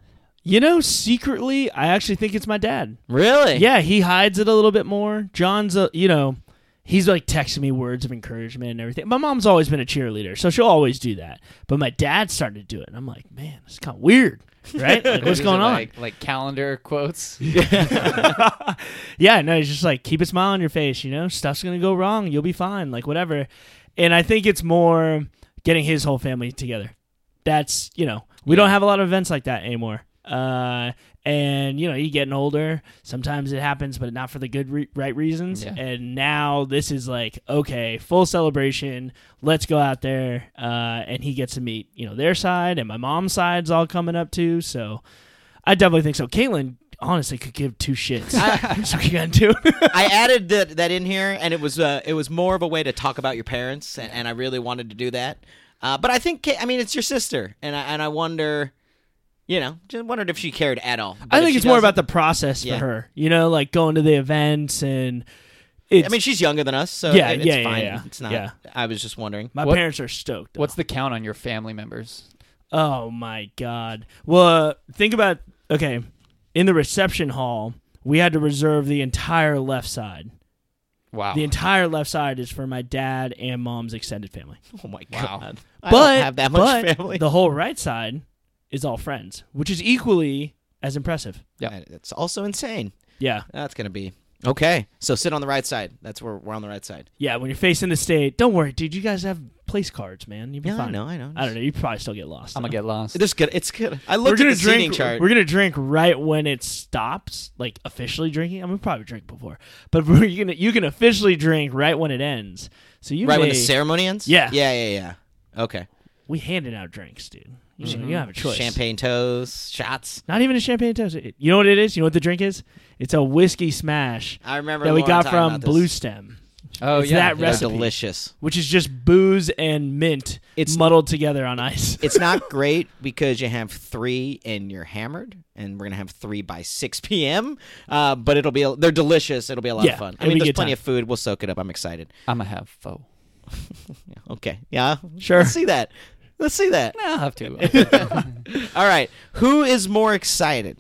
Speaker 2: You know, secretly, I actually think it's my dad.
Speaker 1: Really?
Speaker 2: Yeah, he hides it a little bit more. John's, a, you know, he's like texting me words of encouragement and everything. My mom's always been a cheerleader, so she'll always do that. But my dad started to do it, and I'm like, man, it's kind of weird, right? Like, what's
Speaker 3: These are
Speaker 2: going on?
Speaker 3: Like, like calendar quotes.
Speaker 2: yeah, no, it's just like keep a smile on your face, you know? Stuff's gonna go wrong, you'll be fine, like whatever. And I think it's more getting his whole family together. That's you know, we don't have a lot of events like that anymore. Uh and you know, you getting older. Sometimes it happens, but not for the good re- right reasons.
Speaker 3: Yeah.
Speaker 2: And now this is like, okay, full celebration. Let's go out there. Uh, and he gets to meet, you know, their side and my mom's side's all coming up too. So I definitely think so. Caitlin honestly could give two
Speaker 1: (laughs)
Speaker 2: shits. (laughs) so you got two.
Speaker 1: (laughs) I added that, that in here, and it was uh, it was more of a way to talk about your parents, and, and I really wanted to do that. Uh, but I think Ka- I mean it's your sister, and I and I wonder, you know, just wondered if she cared at all. But
Speaker 2: I
Speaker 1: if
Speaker 2: think
Speaker 1: she
Speaker 2: it's more
Speaker 1: doesn't-
Speaker 2: about the process
Speaker 1: Yeah.
Speaker 2: for her. You know, like going to the events and it's.
Speaker 1: I mean, she's younger than us, so
Speaker 2: Yeah,
Speaker 1: it- it's
Speaker 2: yeah, yeah,
Speaker 1: fine.
Speaker 2: yeah.
Speaker 1: It's not.
Speaker 2: Yeah.
Speaker 1: I was just wondering. (laughs)
Speaker 2: my
Speaker 3: what-
Speaker 2: parents are stoked.
Speaker 3: What's the count on your family members?
Speaker 2: Oh my god. Well, uh, think about okay, in the reception hall, we had to reserve the entire left side.
Speaker 3: Wow.
Speaker 1: Ah.
Speaker 2: The entire left side is for my dad and mom's extended family.
Speaker 1: Oh my
Speaker 3: Wow.
Speaker 1: god! I
Speaker 2: but
Speaker 1: don't have that much
Speaker 2: but
Speaker 1: family.
Speaker 2: The whole right side is all friends, which is equally as impressive.
Speaker 3: Yeah.
Speaker 1: It's also insane.
Speaker 2: Yeah.
Speaker 1: That's gonna be okay. So sit on the right side. That's where we're on the right side.
Speaker 2: Yeah, when you're facing the state, don't worry, dude, you guys have place cards, man. You'll be
Speaker 1: Yeah, I
Speaker 2: fine.
Speaker 1: know. I know.
Speaker 2: I don't know. You probably still get lost.
Speaker 3: I'm
Speaker 2: though.
Speaker 3: gonna get lost.
Speaker 1: It's good. It's good. I looked at the seating
Speaker 2: drink.
Speaker 1: chart.
Speaker 2: We're gonna drink right when it stops, like officially drinking. I'm gonna probably drink before, but (laughs) we're you gonna you can officially drink right when it ends. So you
Speaker 1: right when
Speaker 2: may-
Speaker 1: the ceremony ends.
Speaker 2: Yeah.
Speaker 1: Yeah. Yeah. Yeah. Okay.
Speaker 2: we handed out drinks, dude. You, just- you don't have a choice.
Speaker 1: Mm-hmm. Champagne toes, shots.
Speaker 2: Not even a champagne toast. It- You know what it is? You know what the drink is? It's a whiskey smash
Speaker 1: I remember
Speaker 2: that we
Speaker 1: Lauren
Speaker 2: got
Speaker 1: talking
Speaker 2: from
Speaker 1: about this.
Speaker 2: Blue Stem,
Speaker 3: oh
Speaker 2: it's
Speaker 3: yeah.
Speaker 2: that
Speaker 3: yeah.
Speaker 1: They're
Speaker 2: recipe.
Speaker 1: delicious.
Speaker 2: which is just booze and mint
Speaker 1: It's-
Speaker 2: muddled together on ice.
Speaker 1: It's not great because you have three and you're hammered, and we're gonna have three by six (laughs) p.m. Uh, but it'll be they're delicious. It'll be a lot
Speaker 2: Yeah,
Speaker 1: of fun. I
Speaker 2: it'll
Speaker 1: mean,
Speaker 2: be
Speaker 1: there's
Speaker 2: good
Speaker 1: plenty
Speaker 2: time.
Speaker 1: of food. We'll soak it up. I'm excited.
Speaker 3: I'm gonna have
Speaker 2: (laughs)
Speaker 3: faux.
Speaker 1: Yeah, Okay. Yeah.
Speaker 2: Sure.
Speaker 1: Let's see that. Let's see that.
Speaker 3: I'll have to.
Speaker 1: All right. Who is more excited?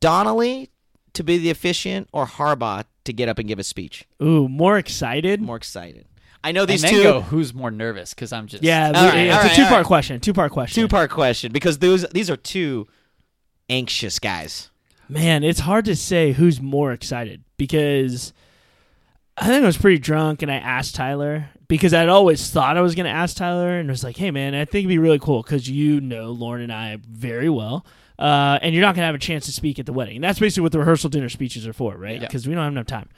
Speaker 1: Donnelly to be the officiant or Harbaugh to get up and give a speech?
Speaker 2: Ooh, more excited.
Speaker 1: More excited. I know these
Speaker 3: and
Speaker 1: two
Speaker 3: then go, who's more nervous? Because I'm just
Speaker 2: yeah,
Speaker 1: All
Speaker 2: we-
Speaker 1: right,
Speaker 2: it's
Speaker 1: all
Speaker 2: a
Speaker 1: right,
Speaker 2: two-part
Speaker 1: all right.
Speaker 2: question. Two-part question.
Speaker 1: two part question because those these are two anxious guys.
Speaker 2: Man, it's hard to say who's more excited because I think I was pretty drunk and I asked Tyler because I'd always thought I was going to ask Tyler and was like, hey, man, I think it'd be really cool because you know Lauren and I very well. Uh, and you're not going to have a chance to speak at the wedding. And that's basically what the rehearsal dinner speeches are for,
Speaker 3: Yeah.
Speaker 2: right? Because we don't have enough time.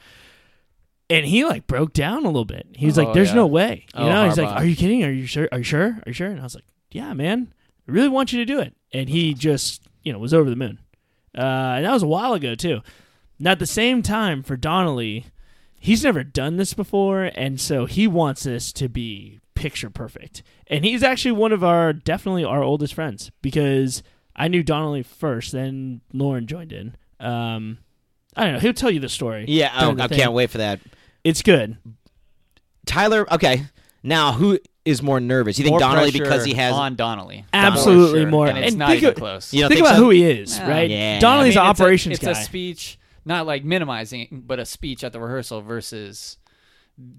Speaker 2: And he like broke down a little bit. He was
Speaker 3: Oh,
Speaker 2: like, "There's
Speaker 3: yeah.
Speaker 2: no way," you
Speaker 3: Oh,
Speaker 2: know. He's like,
Speaker 3: Harbaugh.
Speaker 2: "Are you kidding? Are you sure? Are you sure? Are you sure?" And I was like, "Yeah, man, I really want you to do it." And he just, you know, was over the moon. Uh, and that was a while ago too. Now at the same time, for Donnelly, he's never done this before, and so he wants this to be picture perfect. And he's actually one of our definitely our oldest friends because I knew Donnelly first, then Lauren joined in. Um, I don't know. He'll tell you the story.
Speaker 1: Yeah,
Speaker 2: during
Speaker 1: oh,
Speaker 2: the
Speaker 1: I
Speaker 2: thing.
Speaker 1: can't wait for that.
Speaker 2: It's good.
Speaker 1: Tyler, okay. Now who is more nervous? You think
Speaker 3: more
Speaker 1: Donnelly
Speaker 3: pressure
Speaker 1: because he has
Speaker 3: on Donnelly.
Speaker 2: Absolutely
Speaker 3: For sure.
Speaker 2: more.
Speaker 3: And it's
Speaker 2: And
Speaker 3: not
Speaker 2: think
Speaker 3: even
Speaker 2: of-
Speaker 3: close.
Speaker 1: You don't
Speaker 2: Think,
Speaker 1: think
Speaker 2: about
Speaker 1: so?
Speaker 2: who he is,
Speaker 3: Yeah.
Speaker 2: right?
Speaker 1: Yeah.
Speaker 3: I mean,
Speaker 2: Donnelly's an
Speaker 3: it's a-
Speaker 2: operations
Speaker 3: it's
Speaker 2: guy.
Speaker 3: a speech, not like minimizing, but a speech at the rehearsal versus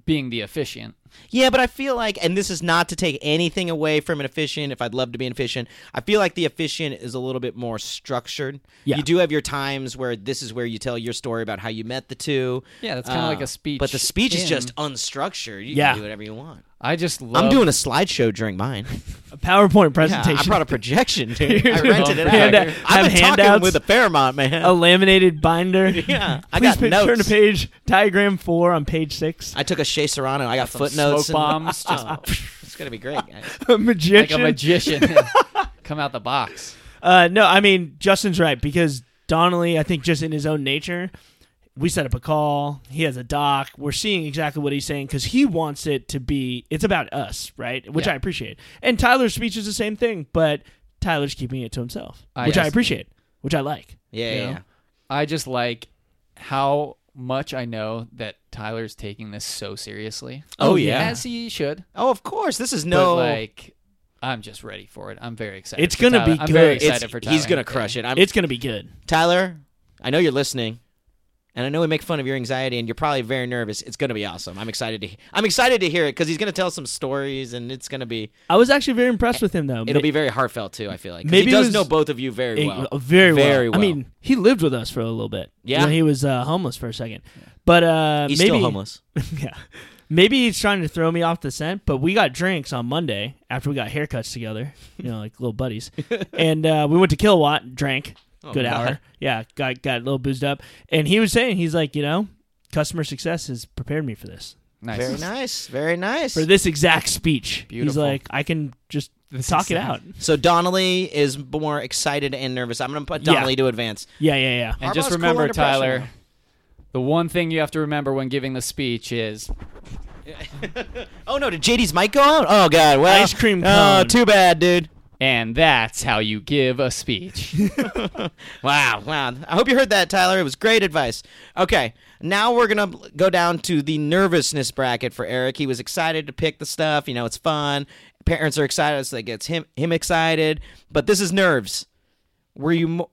Speaker 3: being the officiant.
Speaker 1: Yeah, but I feel like, and this is not to take anything away from an officiant. If I'd love to be an officiant, I feel like the officiant is a little bit more structured.
Speaker 2: Yeah.
Speaker 1: You do have your times where this is where you tell your story about how you met the two. Uh,
Speaker 3: Yeah, that's kinda like a speech
Speaker 1: But the speech is
Speaker 3: in-
Speaker 1: just unstructured. You
Speaker 2: Yeah.
Speaker 1: can do whatever you want.
Speaker 3: I just love.
Speaker 1: I'm doing a slideshow during mine.
Speaker 2: a PowerPoint
Speaker 1: Yeah, I
Speaker 2: presentation.
Speaker 1: brought
Speaker 2: (laughs)
Speaker 1: a projection, dude. I
Speaker 2: You're
Speaker 1: rented it
Speaker 2: hand-
Speaker 1: out.
Speaker 2: have
Speaker 1: I've been talking
Speaker 2: handouts.
Speaker 1: with the Fairmont man.
Speaker 2: a laminated binder.
Speaker 1: (laughs) Yeah, I
Speaker 2: Please
Speaker 1: got
Speaker 2: pa-
Speaker 1: notes.
Speaker 2: turn to page diagram four on page six.
Speaker 1: (laughs) I took a Shea Serrano. I got
Speaker 3: some
Speaker 1: footnotes.
Speaker 3: smoke
Speaker 1: (laughs)
Speaker 3: bombs, just-
Speaker 1: Oh, it's gonna be great. guys.
Speaker 2: A
Speaker 3: like a
Speaker 2: (laughs) magician. (laughs)
Speaker 3: magician. (laughs) Come out the box.
Speaker 2: uh, no, I mean Justin's right because Donnelly, I think, just in his own nature, we set up a call. He has a doc. We're seeing exactly what he's saying because he wants it to be. It's about us, right? Which
Speaker 3: Yeah.
Speaker 2: I appreciate. And Tyler's speech is the same thing, but Tyler's keeping it to himself,
Speaker 3: I
Speaker 2: which I
Speaker 3: guess.
Speaker 2: appreciate, which I like.
Speaker 1: Yeah,
Speaker 2: You
Speaker 1: yeah,
Speaker 2: know?
Speaker 1: yeah.
Speaker 3: I just like how much I know that Tyler's taking this so seriously.
Speaker 1: Oh, yeah.
Speaker 3: as he should.
Speaker 1: Oh, of course. This is no.
Speaker 3: but like I'm just ready for it. I'm very excited.
Speaker 2: It's
Speaker 3: for
Speaker 2: gonna
Speaker 3: Tyler.
Speaker 2: be
Speaker 3: I'm very
Speaker 2: good.
Speaker 1: It's-
Speaker 3: excited for Tyler.
Speaker 1: he's gonna crush it. I'm,
Speaker 2: It's gonna be good.
Speaker 1: Tyler, I know you're listening, and I know we make fun of your anxiety, and you're probably very nervous. It's gonna be awesome. I'm excited to. I'm excited to hear it because he's gonna tell some stories, and it's gonna be.
Speaker 2: I was actually very impressed with him though.
Speaker 1: It'll be very heartfelt too. I feel like 'Cause he
Speaker 2: Maybe it
Speaker 1: does
Speaker 2: was-
Speaker 1: know both of you very
Speaker 2: Eh,
Speaker 1: well.
Speaker 2: uh, very well.
Speaker 1: Very well.
Speaker 2: I mean, he lived with us for a little bit.
Speaker 1: Yeah.
Speaker 2: when he was uh, homeless for a second. But uh,
Speaker 1: he's
Speaker 2: maybe
Speaker 1: still homeless.
Speaker 2: (laughs) yeah, maybe he's trying to throw me off the scent. But we got drinks on Monday after we got haircuts together, you know, like
Speaker 1: (laughs)
Speaker 2: little buddies, and uh, we went to Kilowatt, and drank, good
Speaker 1: God.
Speaker 2: hour, yeah, got got a little boozed up, and he was saying he's like, you know, customer success has prepared me for this,
Speaker 3: Nice.
Speaker 1: Very nice. Very nice.
Speaker 2: for this exact speech. He's
Speaker 3: Beautiful.
Speaker 2: like, I can just talk it out.
Speaker 1: So Donnelly is more excited and nervous. I'm gonna put
Speaker 2: Yeah.
Speaker 1: Donnelly to advance.
Speaker 2: Yeah,
Speaker 1: (laughs)
Speaker 2: yeah, yeah.
Speaker 3: And
Speaker 1: Harbaugh's
Speaker 3: just
Speaker 1: cool
Speaker 3: remember,
Speaker 1: under pressure,
Speaker 3: Tyler,
Speaker 1: though.
Speaker 3: the one thing you have to remember when giving the speech is
Speaker 1: Oh no! Did JD's mic go out? Oh god! Well,
Speaker 2: Ice cream
Speaker 1: Oh,
Speaker 2: cone.
Speaker 1: too bad, dude.
Speaker 3: and that's how you give
Speaker 1: (laughs)
Speaker 3: a speech.
Speaker 1: Wow, wow. I hope you heard that, Tyler. It was great advice. Okay, now we're going to go down to the nervousness bracket for Eric. He was excited to pick the stuff. You know, it's fun. Parents are excited, so that gets him, him excited. But this is nerves. Were you. Mo-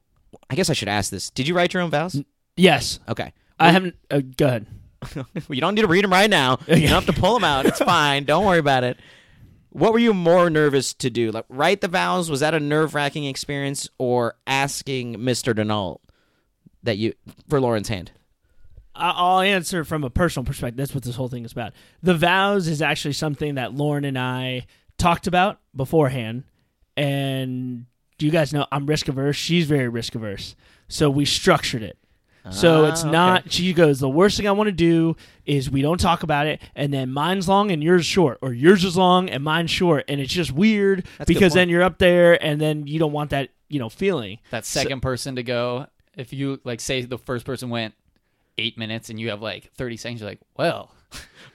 Speaker 1: I guess I should ask this. Did you write your own vows?
Speaker 2: Yes,
Speaker 1: Okay.
Speaker 2: I haven't. Uh, go ahead.
Speaker 1: (laughs) you don't need to read them right now. You don't have to pull them out.
Speaker 2: (laughs)
Speaker 1: It's fine. Don't worry about it. What were you more nervous to do? Like write the vows? Was that a nerve wracking experience, or asking Mister Denault that you for Lauren's hand?
Speaker 2: I- I'll answer from a personal perspective. That's what this whole thing is about. The vows is actually something that Lauren and I talked about beforehand, and you guys know I'm risk averse. She's very risk averse, so we structured it. So
Speaker 1: Ah,
Speaker 2: it's
Speaker 1: okay.
Speaker 2: not. She goes. The worst thing I want to do is we don't talk about it, and then mine's long and yours short, or yours is long and mine's short, and it's just weird
Speaker 1: That's a good
Speaker 2: because then
Speaker 1: point.
Speaker 2: you're up there, and then you don't want that, you know, feeling.
Speaker 3: that second person to go, if you like say the first person went eight minutes and you have like 30 seconds, you're like,
Speaker 1: (laughs)
Speaker 3: well,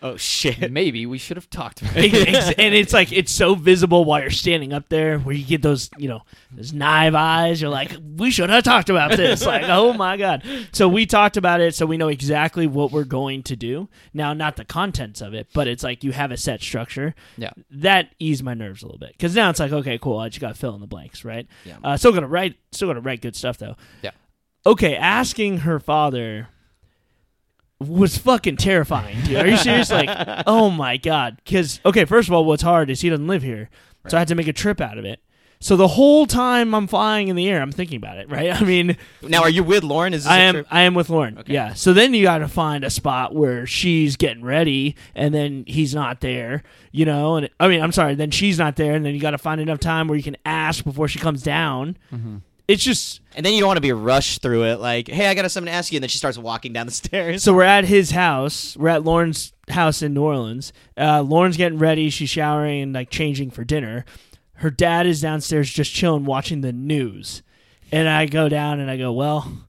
Speaker 1: Oh shit!
Speaker 3: maybe we should have talked about it.
Speaker 2: Ex- and it's like it's so visible while you're standing up there where you get those you know those knife eyes you're like we should have talked about this like oh my god so we talked about it so we know exactly what we're going to do now not the contents of it but it's like you have a set structure
Speaker 3: Yeah.
Speaker 2: that eased my nerves a little bit because now it's like okay cool i just gotta fill in the blanks right
Speaker 1: Yeah.
Speaker 2: uh, still gonna write still gonna write good stuff though
Speaker 3: Yeah.
Speaker 2: okay asking her father was fucking terrifying, dude. Are you serious? Like, oh my god. Because okay, first of all, what's hard is he doesn't live here, so I had to make a trip out of it. So the whole time I'm flying in the air, I'm thinking about it, right? (laughs) I mean,
Speaker 1: Now, are you with Lauren? Is this
Speaker 2: I
Speaker 1: a
Speaker 2: am
Speaker 1: trip?
Speaker 2: I am with Lauren. Yeah. So then you got to find a spot where she's getting ready, and then he's not there. You know, and I mean, I'm sorry. Then she's not there, and then you got to find enough time where you can ask before she comes down.
Speaker 1: Mm-hmm.
Speaker 2: It's just
Speaker 1: And then you don't want to be rushed through it. Like, hey, I got something to ask you, and then she starts walking down the (laughs) stairs.
Speaker 2: So we're at his house. We're at Lauren's house in New Orleans. Uh, Lauren's getting ready. She's showering and like changing for dinner. Her dad is downstairs just chilling, watching the news. And I go down and I go, well,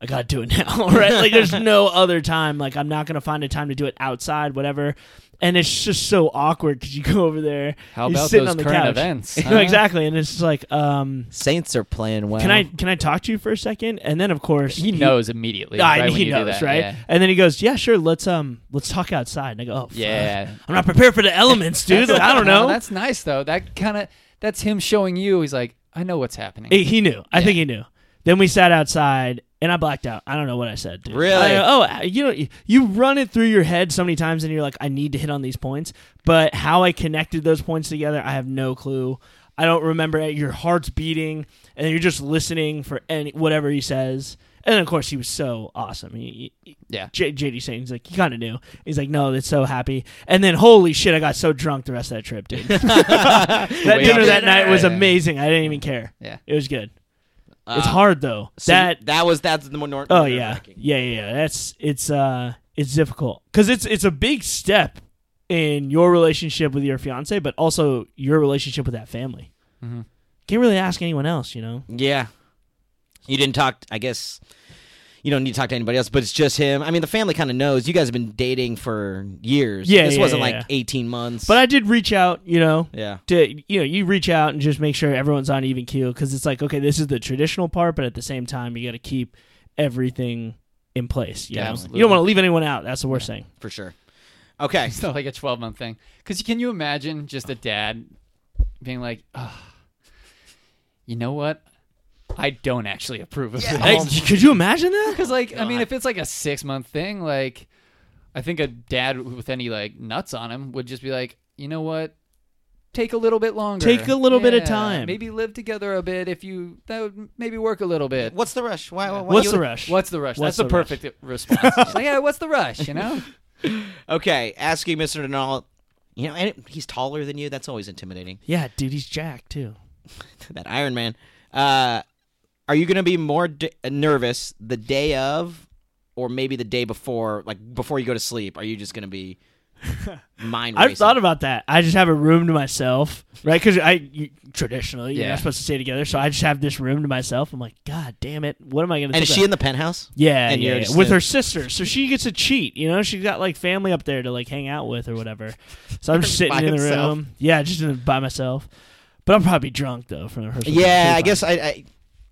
Speaker 2: I gotta do it (laughs) now, right? Like there's no other time. Like I'm not gonna find a time to do it outside, whatever. And it's just so awkward because you go over there. (laughs)
Speaker 3: How
Speaker 2: he's
Speaker 3: about
Speaker 2: sitting
Speaker 3: those
Speaker 2: on the
Speaker 3: current (laughs)
Speaker 2: couch.
Speaker 3: events?
Speaker 2: You know,
Speaker 3: huh?
Speaker 2: exactly. And it's just like, um,
Speaker 1: Saints are playing well.
Speaker 2: can I can I talk to you for a second? And then of course
Speaker 3: He knows immediately.
Speaker 2: I,
Speaker 3: right, when
Speaker 2: he
Speaker 3: you do
Speaker 2: knows,
Speaker 3: that.
Speaker 2: right?
Speaker 3: Yeah.
Speaker 2: And then he goes, "Yeah, sure, let's um, let's talk outside." And I go, "Oh, fuck.
Speaker 3: Yeah.
Speaker 2: I'm not prepared for the elements, dude.
Speaker 3: (laughs)
Speaker 2: Like, I don't
Speaker 3: Well,
Speaker 2: know."
Speaker 3: that's nice though. That kind of that's him showing you. He's like, I know what's happening.
Speaker 2: He- he knew. I think he knew. Then we sat outside, and I blacked out. I don't know what I said. Dude.
Speaker 1: Really?
Speaker 2: I- oh, you know, you run it through your head so many times, and you're like, "I need to hit on these points," but how I connected those points together, I have no clue. I don't remember it. Your heart's beating, and you're just listening for any whatever he says. And of course, he was so awesome. He- he,
Speaker 3: yeah.
Speaker 2: J- JD saying, he's like, you kind of knew. He's like, no, that's so happy. And then, holy shit, I got so drunk the rest of that trip, dude. (laughs) that
Speaker 3: (laughs) Way
Speaker 2: dinner
Speaker 3: up
Speaker 2: that
Speaker 3: there.
Speaker 2: night was
Speaker 3: Yeah.
Speaker 2: amazing. I didn't even care.
Speaker 3: Yeah. (laughs)
Speaker 2: It was good.
Speaker 1: Uh,
Speaker 2: it's hard, though.
Speaker 1: so
Speaker 2: that,
Speaker 1: that was that's the more. Nor-
Speaker 2: oh,
Speaker 1: more
Speaker 2: yeah.
Speaker 1: nerve-wracking.
Speaker 2: Yeah, yeah, yeah. That's, it's, uh, it's difficult because it's, it's a big step in your relationship with your fiance, but also your relationship with that family.
Speaker 3: Mhm.
Speaker 2: Can't really ask anyone else, you know?
Speaker 1: Yeah. You didn't talk, I guess you don't need to talk to anybody else, but it's just him. I mean, the family kind of knows. You guys have been dating for years.
Speaker 2: Yeah,
Speaker 1: This
Speaker 2: yeah,
Speaker 1: wasn't
Speaker 2: yeah,
Speaker 1: like
Speaker 2: yeah.
Speaker 1: 18 months.
Speaker 2: But I did reach out, you know,
Speaker 1: yeah.
Speaker 2: to you know you reach out and just make sure everyone's on even keel because it's like okay this is the traditional part but at the same time you got to keep everything in place. You
Speaker 3: Yeah,
Speaker 2: know?
Speaker 3: absolutely.
Speaker 2: You don't want to leave anyone out. That's the worst thing.
Speaker 1: for sure. Okay.
Speaker 3: It's not like a 12 month thing. Because can you imagine just a dad being like, Ugh, you know what? I don't actually approve of
Speaker 2: Hey,
Speaker 3: this.
Speaker 2: could you imagine that?
Speaker 3: Because, like, I mean,
Speaker 1: God.
Speaker 3: if it's like a six month thing, like, I think a dad with any like nuts on him would just be like, you know what? Take a little bit longer.
Speaker 2: Take a little bit of
Speaker 3: Yeah,
Speaker 2: time."
Speaker 3: Maybe live together a bit if you, that would maybe work a little bit.
Speaker 1: What's the rush? Why? why why
Speaker 2: What's
Speaker 1: you-
Speaker 2: the rush?
Speaker 3: What's the rush?
Speaker 2: What's
Speaker 3: That's the,
Speaker 2: the rush?
Speaker 3: perfect response. It's like, yeah, what's the rush, you
Speaker 2: (laughs)
Speaker 3: know?
Speaker 1: Okay, asking Mr. Denal. You know, and he's taller than you. That's always intimidating. (laughs)
Speaker 2: Yeah, dude, he's Jack too.
Speaker 1: that Iron Man. Uh, are you going to be more d- uh, nervous the day of, or maybe the day before, like before you go to sleep? Are you just going to
Speaker 2: (laughs)
Speaker 1: be mind racing?
Speaker 2: I've thought about that. I just have a room to myself, right? Because I you, traditionally you're
Speaker 3: Yeah.
Speaker 2: not supposed to stay together, so I just have this room to myself. I'm like, God damn it, what am I gonna?
Speaker 1: And
Speaker 2: think
Speaker 1: is she
Speaker 2: about?"
Speaker 1: in the penthouse?
Speaker 2: yeah,
Speaker 1: and
Speaker 2: yeah,
Speaker 1: you're
Speaker 2: yeah,
Speaker 1: just
Speaker 2: with
Speaker 1: in-
Speaker 2: her sister, so she gets to cheat. You know, she's got like family up there to like hang out with or whatever.
Speaker 1: (laughs)
Speaker 2: So I'm just sitting
Speaker 1: By
Speaker 2: in the
Speaker 1: himself.
Speaker 2: room, yeah, just in, by myself. But I'm probably drunk though from the rehearsal.
Speaker 1: Yeah,
Speaker 2: Pretty
Speaker 1: I
Speaker 2: fine.
Speaker 1: guess I. I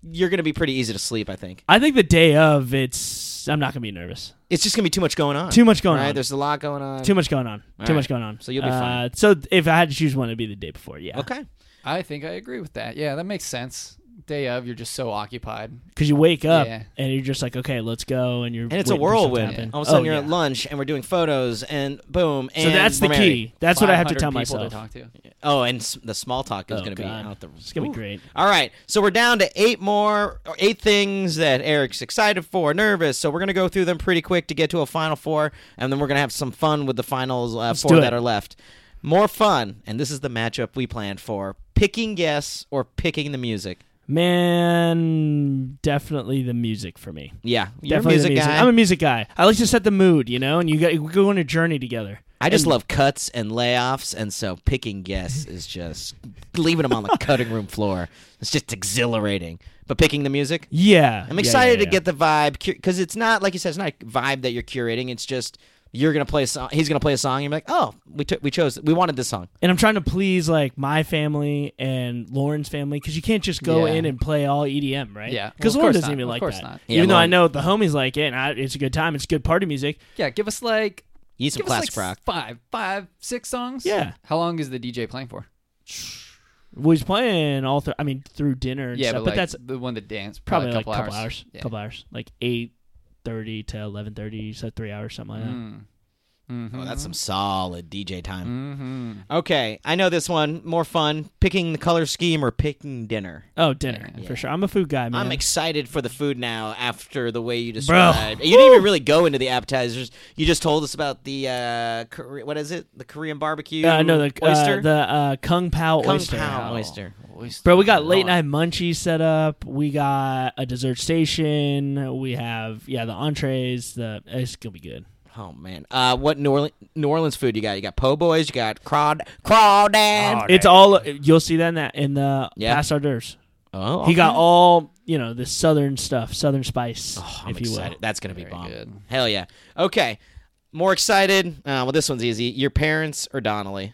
Speaker 1: you're going to be pretty easy to sleep. I think
Speaker 2: I think the day of, it's I'm not gonna be nervous.
Speaker 1: it's just going to be too much going on.
Speaker 2: Too much going
Speaker 1: right?
Speaker 2: on.
Speaker 1: There's a lot going on.
Speaker 2: Too much going on.
Speaker 1: All
Speaker 2: Too
Speaker 1: right.
Speaker 2: much going on.
Speaker 1: So you'll be fine.
Speaker 2: Uh, so if I had to choose one, it'd be the day before. Yeah.
Speaker 1: okay.
Speaker 3: I think I agree with that. Yeah, that makes sense. Day of, you're just so occupied.
Speaker 2: Because you wake up
Speaker 3: Yeah.
Speaker 2: and you're just like, okay, let's go, and you're
Speaker 1: And it's a
Speaker 2: waiting for something to
Speaker 1: whirlwind.
Speaker 2: happen.
Speaker 1: All of a sudden,
Speaker 2: Oh,
Speaker 1: you're
Speaker 2: yeah.
Speaker 1: at lunch, and we're doing photos, and boom. And
Speaker 2: So that's the
Speaker 1: we're married.
Speaker 2: key. That's what I have to
Speaker 3: 500
Speaker 2: tell
Speaker 3: people
Speaker 2: myself.
Speaker 3: To talk to.
Speaker 1: Oh, and s- the small talk is
Speaker 2: Oh,
Speaker 1: going to be
Speaker 2: God.
Speaker 1: out the.
Speaker 2: It's gonna
Speaker 1: Ooh.
Speaker 2: be great.
Speaker 1: All right, so we're down to eight more, or eight things that Eric's excited for, nervous. So we're gonna go through them pretty quick to get to a final four, and then we're gonna have some fun with the finals uh,
Speaker 2: do
Speaker 1: four
Speaker 2: it.
Speaker 1: that are left. More fun, and this is the matchup we planned for: picking guess or picking the music.
Speaker 2: Man, definitely the music for me.
Speaker 1: Yeah, you're a
Speaker 2: definitely the
Speaker 1: music guy.
Speaker 2: I'm a music guy. I like to set the mood, you know, and you got, we go on a journey together.
Speaker 1: I just
Speaker 2: And-
Speaker 1: love cuts and layoffs, and so picking guess is just leaving them on
Speaker 2: (laughs)
Speaker 1: the cutting room floor. It's just exhilarating. But picking the music,
Speaker 2: Yeah,
Speaker 1: I'm excited to get the vibe because it's not like you said, it's not a vibe that you're curating. It's just you're gonna play a song. He's gonna play a song. And you're like, oh, we took, we chose, we wanted this song.
Speaker 2: and I'm trying to please like my family and Lauren's family because you can't just go
Speaker 3: Yeah.
Speaker 2: in and play all EDM, right?
Speaker 3: Yeah.
Speaker 2: because
Speaker 3: Well, of
Speaker 2: Lauren
Speaker 3: course
Speaker 2: doesn't
Speaker 3: not.
Speaker 2: even
Speaker 3: Of
Speaker 2: like
Speaker 3: course
Speaker 2: that.
Speaker 3: not.
Speaker 1: Yeah,
Speaker 2: even though I
Speaker 1: Lauren-
Speaker 2: know the homies like it, and I, it's a good time. It's good party music.
Speaker 3: Yeah, give us like
Speaker 1: You need some
Speaker 3: give
Speaker 1: classic
Speaker 3: us like
Speaker 1: rock.
Speaker 3: five, five, six songs.
Speaker 2: Yeah.
Speaker 3: How long is the DJ playing for?
Speaker 2: Well, he's playing all through. I mean, through dinner and
Speaker 3: yeah,
Speaker 2: stuff.
Speaker 3: but,
Speaker 2: But,
Speaker 3: like,
Speaker 2: that's
Speaker 3: the one that dance
Speaker 2: probably,
Speaker 3: probably,
Speaker 2: like a couple hours.
Speaker 3: Yeah.
Speaker 2: Couple hours, like eight thirty to eleven thirty, so three hours, something like that.
Speaker 3: Mm. Mm-hmm.
Speaker 1: Oh, that's some solid DJ
Speaker 2: Mm.
Speaker 1: time.
Speaker 3: Mm-hmm.
Speaker 1: Okay, I know this one. More fun picking the color scheme or picking dinner.
Speaker 2: Oh, dinner
Speaker 1: Yeah.
Speaker 2: for sure. I'm a food guy, man.
Speaker 1: I'm excited for the food now after the way you described. You didn't even really go into the appetizers. You just told us about the uh, Kore- what is it? The Korean barbecue.
Speaker 2: Uh, no, the
Speaker 1: oyster.
Speaker 2: uh, the uh, kung pao
Speaker 1: Kung
Speaker 2: oyster.
Speaker 1: Pao. Oyster.
Speaker 3: Oyster.
Speaker 2: Bro, we got
Speaker 1: Hold
Speaker 2: late night munchies set up. We got a dessert station. We have yeah, the entrees. The it's gonna be good.
Speaker 1: Oh man, uh, what New Orleans, New Orleans food you got? You got po' boys, you got crawd crawdads.
Speaker 2: It's all you'll see that in that in the
Speaker 1: Yeah.
Speaker 2: past hors d'oeuvres.
Speaker 1: Oh,
Speaker 2: He got all you know the southern stuff, southern spice,
Speaker 1: Oh, I'm
Speaker 2: if you
Speaker 1: excited.
Speaker 2: will.
Speaker 1: That's gonna be
Speaker 3: Very
Speaker 1: bomb.
Speaker 3: good.
Speaker 1: Hell yeah. Okay, more excited. Uh, well, this one's easy. Your parents or Donnelly?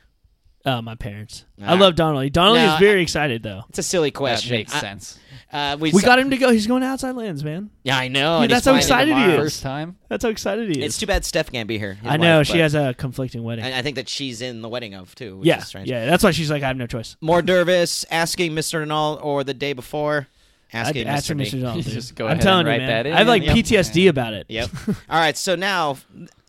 Speaker 2: Uh, my parents. I
Speaker 1: Ah.
Speaker 2: love Donnelly. Donnelly
Speaker 1: No,
Speaker 2: is very excited though.
Speaker 1: It's a silly
Speaker 3: That
Speaker 1: question.
Speaker 3: makes
Speaker 1: I-
Speaker 3: sense.
Speaker 1: Uh, we
Speaker 2: We
Speaker 1: saw-
Speaker 2: got him to go. He's going to outside lands, man.
Speaker 1: Yeah, I know.
Speaker 2: Yeah,
Speaker 1: and he's
Speaker 2: that's how
Speaker 1: flying in
Speaker 2: excited he
Speaker 1: tomorrow.
Speaker 2: is.
Speaker 3: First time.
Speaker 2: That's how excited he is.
Speaker 1: It's too bad Steph can't be here. his
Speaker 2: I know
Speaker 1: wife,
Speaker 2: she
Speaker 1: but-
Speaker 2: has a conflicting wedding.
Speaker 1: And I think that she's in the wedding of too. Which
Speaker 2: yeah,
Speaker 1: is strange.
Speaker 2: yeah. That's why she's like, I have no choice.
Speaker 1: More nervous asking Mr. Nanal or the day before asking
Speaker 2: I'd ask
Speaker 1: Mr.
Speaker 2: her,
Speaker 1: D.
Speaker 2: Mr. Donald, dude.
Speaker 3: Just go
Speaker 2: I'm
Speaker 3: ahead and
Speaker 2: telling you,
Speaker 3: write
Speaker 2: man.
Speaker 3: that in.
Speaker 2: I have like
Speaker 3: Yep.
Speaker 2: PTSD about it.
Speaker 1: Yep. All right. So now,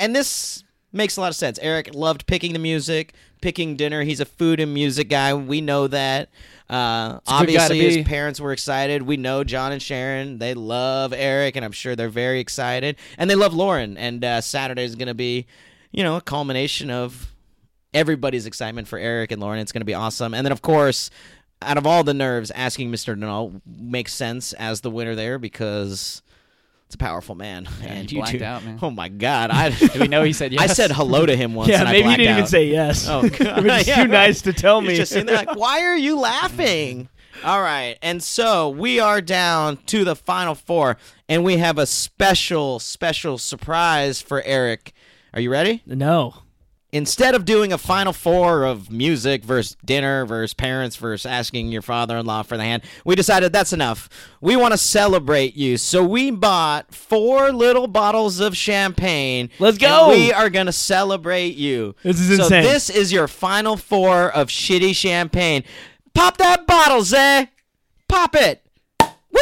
Speaker 1: and this makes a lot of sense. Eric loved picking the music, picking dinner. He's a food and music guy. We know that. Uh,
Speaker 3: a good guy to
Speaker 1: obviously, his
Speaker 3: be.
Speaker 1: parents were excited. We know John and Sharon. They love Eric, and I'm sure they're very excited. And they love Lauren. And uh, Saturday is going to be, you know, a culmination of everybody's excitement for Eric and Lauren. It's going to be awesome. And then, of course, out of all the nerves, asking Mr. Null makes sense as the winner there because it's a powerful man. and
Speaker 3: you
Speaker 1: you
Speaker 3: blacked
Speaker 1: two-
Speaker 3: out, man.
Speaker 1: Oh my
Speaker 3: (laughs)
Speaker 1: God! I (laughs)
Speaker 3: Do we know he said yes?
Speaker 1: I
Speaker 2: (laughs)
Speaker 1: said hello to
Speaker 3: (laughs)
Speaker 1: him once.
Speaker 2: yeah,
Speaker 1: and I
Speaker 2: maybe you
Speaker 1: blacked
Speaker 2: didn't even
Speaker 1: out.
Speaker 2: say yes. (laughs)
Speaker 1: Oh,
Speaker 2: It
Speaker 1: God. (laughs)
Speaker 2: was
Speaker 1: Yeah,
Speaker 2: too
Speaker 1: right.
Speaker 2: nice to tell me.
Speaker 1: He's just sitting there like, why are you
Speaker 3: (laughs)
Speaker 1: laughing? All right, and so we are down to the final four, and we have a special, special surprise for Eric. Are you ready?
Speaker 2: (laughs) no,
Speaker 1: instead of doing a final four of music versus dinner versus parents versus asking your father-in-law for the hand we decided that's enough we want to celebrate you so we bought four little bottles of champagne
Speaker 2: Let's
Speaker 1: and
Speaker 2: go.
Speaker 1: we are gonna celebrate you
Speaker 2: This is
Speaker 1: so
Speaker 2: insane.
Speaker 1: this is your final four of shitty champagne pop that bottle zay pop it Woo!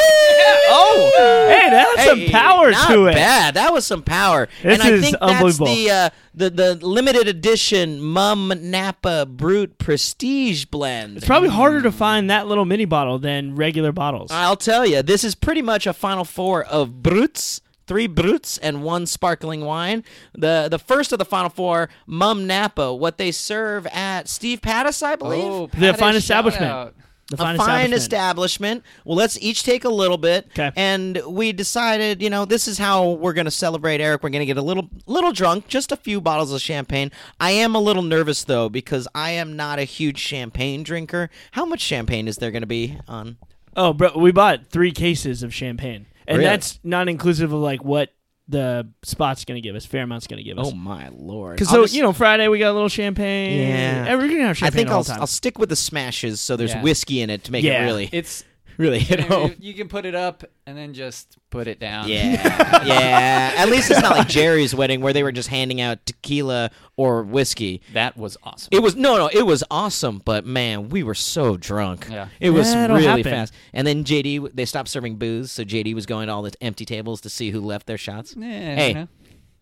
Speaker 2: (laughs) Oh! Hey, that's some power
Speaker 1: not
Speaker 2: to it.
Speaker 1: Bad. That was some power.
Speaker 2: This
Speaker 1: and I
Speaker 2: is
Speaker 1: think
Speaker 2: unbelievable.
Speaker 1: that's the uh, the the limited edition Mum Napa Brute Prestige blend.
Speaker 2: It's probably harder to find that little mini bottle than regular bottles.
Speaker 1: I'll tell you, this is pretty much a final four of brutes. Three brutes and one sparkling wine. The the first of the final four, Mum Napa, what they serve at Steve Pattis, I believe.
Speaker 3: Oh,
Speaker 2: The
Speaker 3: Pat,
Speaker 2: fine
Speaker 3: a
Speaker 2: establishment.
Speaker 3: shout-out.
Speaker 2: the
Speaker 1: a
Speaker 2: fine,
Speaker 1: fine
Speaker 2: establishment.
Speaker 1: establishment. Well, let's each take a little bit,
Speaker 2: 'Kay.
Speaker 1: and we decided, you know, this is how we're going to celebrate Eric. We're going to get a little, little drunk, just a few bottles of champagne. I am a little nervous though because I am not a huge champagne drinker. How much champagne is there going to be on?
Speaker 2: Oh, bro, we bought three cases of champagne, and
Speaker 1: Really?
Speaker 2: that's not inclusive of like what the spot's gonna give us. Fairmont's gonna give us.
Speaker 1: Oh my lord!
Speaker 2: Because so you know, Friday we got a little champagne.
Speaker 1: Yeah.
Speaker 2: and we're gonna have
Speaker 1: I
Speaker 2: champagne
Speaker 1: think
Speaker 2: all
Speaker 1: I'll,
Speaker 2: the time.
Speaker 1: I'll stick with the smashes, so there's
Speaker 3: Yeah.
Speaker 1: whiskey in it to make
Speaker 2: Yeah.
Speaker 1: it really,
Speaker 2: (laughs)
Speaker 3: It's
Speaker 1: really hit home.
Speaker 3: you can put it up and then just put it down.
Speaker 1: Yeah, yeah. At least it's not like Jerry's wedding where they were just handing out tequila or whiskey.
Speaker 3: (laughs) That was awesome.
Speaker 1: It was no, no. It was awesome, but man, we were so drunk.
Speaker 3: Yeah.
Speaker 1: it was
Speaker 2: That'll
Speaker 1: really
Speaker 2: happen.
Speaker 1: fast. And then JD, they stopped serving booze, so JD was going to all the empty tables to see who left their shots.
Speaker 3: Yeah,
Speaker 1: Hey,
Speaker 3: you know,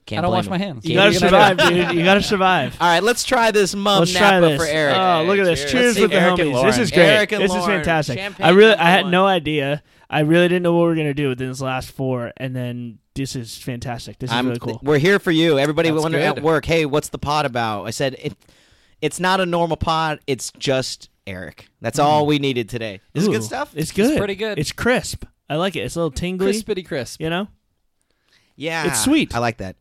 Speaker 1: Can't
Speaker 3: I don't
Speaker 1: blame
Speaker 3: wash
Speaker 1: him.
Speaker 3: my hands.
Speaker 2: you
Speaker 1: Yeah,
Speaker 2: gotta
Speaker 1: you're gonna
Speaker 2: survive,
Speaker 1: do
Speaker 2: dude.
Speaker 1: (laughs)
Speaker 2: You gotta survive.
Speaker 1: All right, let's try this mum
Speaker 2: Let's try
Speaker 1: Napa
Speaker 2: this.
Speaker 1: for Eric.
Speaker 2: Oh, look at this!
Speaker 3: Cheers.
Speaker 2: Cheers
Speaker 3: Let's
Speaker 2: with
Speaker 3: see
Speaker 2: the
Speaker 3: Eric and
Speaker 2: homies. This is
Speaker 3: Lauren.
Speaker 2: great.
Speaker 1: Eric and
Speaker 2: this is
Speaker 1: Lauren.
Speaker 2: fantastic.
Speaker 1: Champagne
Speaker 2: I really,
Speaker 1: number
Speaker 2: I had
Speaker 1: one.
Speaker 2: no idea. I really didn't know what we were gonna do within this last four, and then this is fantastic. This is
Speaker 1: I'm,
Speaker 2: really cool.
Speaker 1: We're here for you. Everybody
Speaker 3: That's
Speaker 1: wonder at
Speaker 3: good.
Speaker 1: work, hey, what's the pod about? I said it, it's not a normal pod. It's just Eric. That's all we needed today. This is
Speaker 2: Mm. Ooh,
Speaker 1: good stuff.
Speaker 2: It's good.
Speaker 3: pretty good.
Speaker 2: It's crisp. I like it. It's a little tingly.
Speaker 3: crispity crisp.
Speaker 2: You know.
Speaker 1: yeah,
Speaker 2: it's sweet.
Speaker 1: I like that.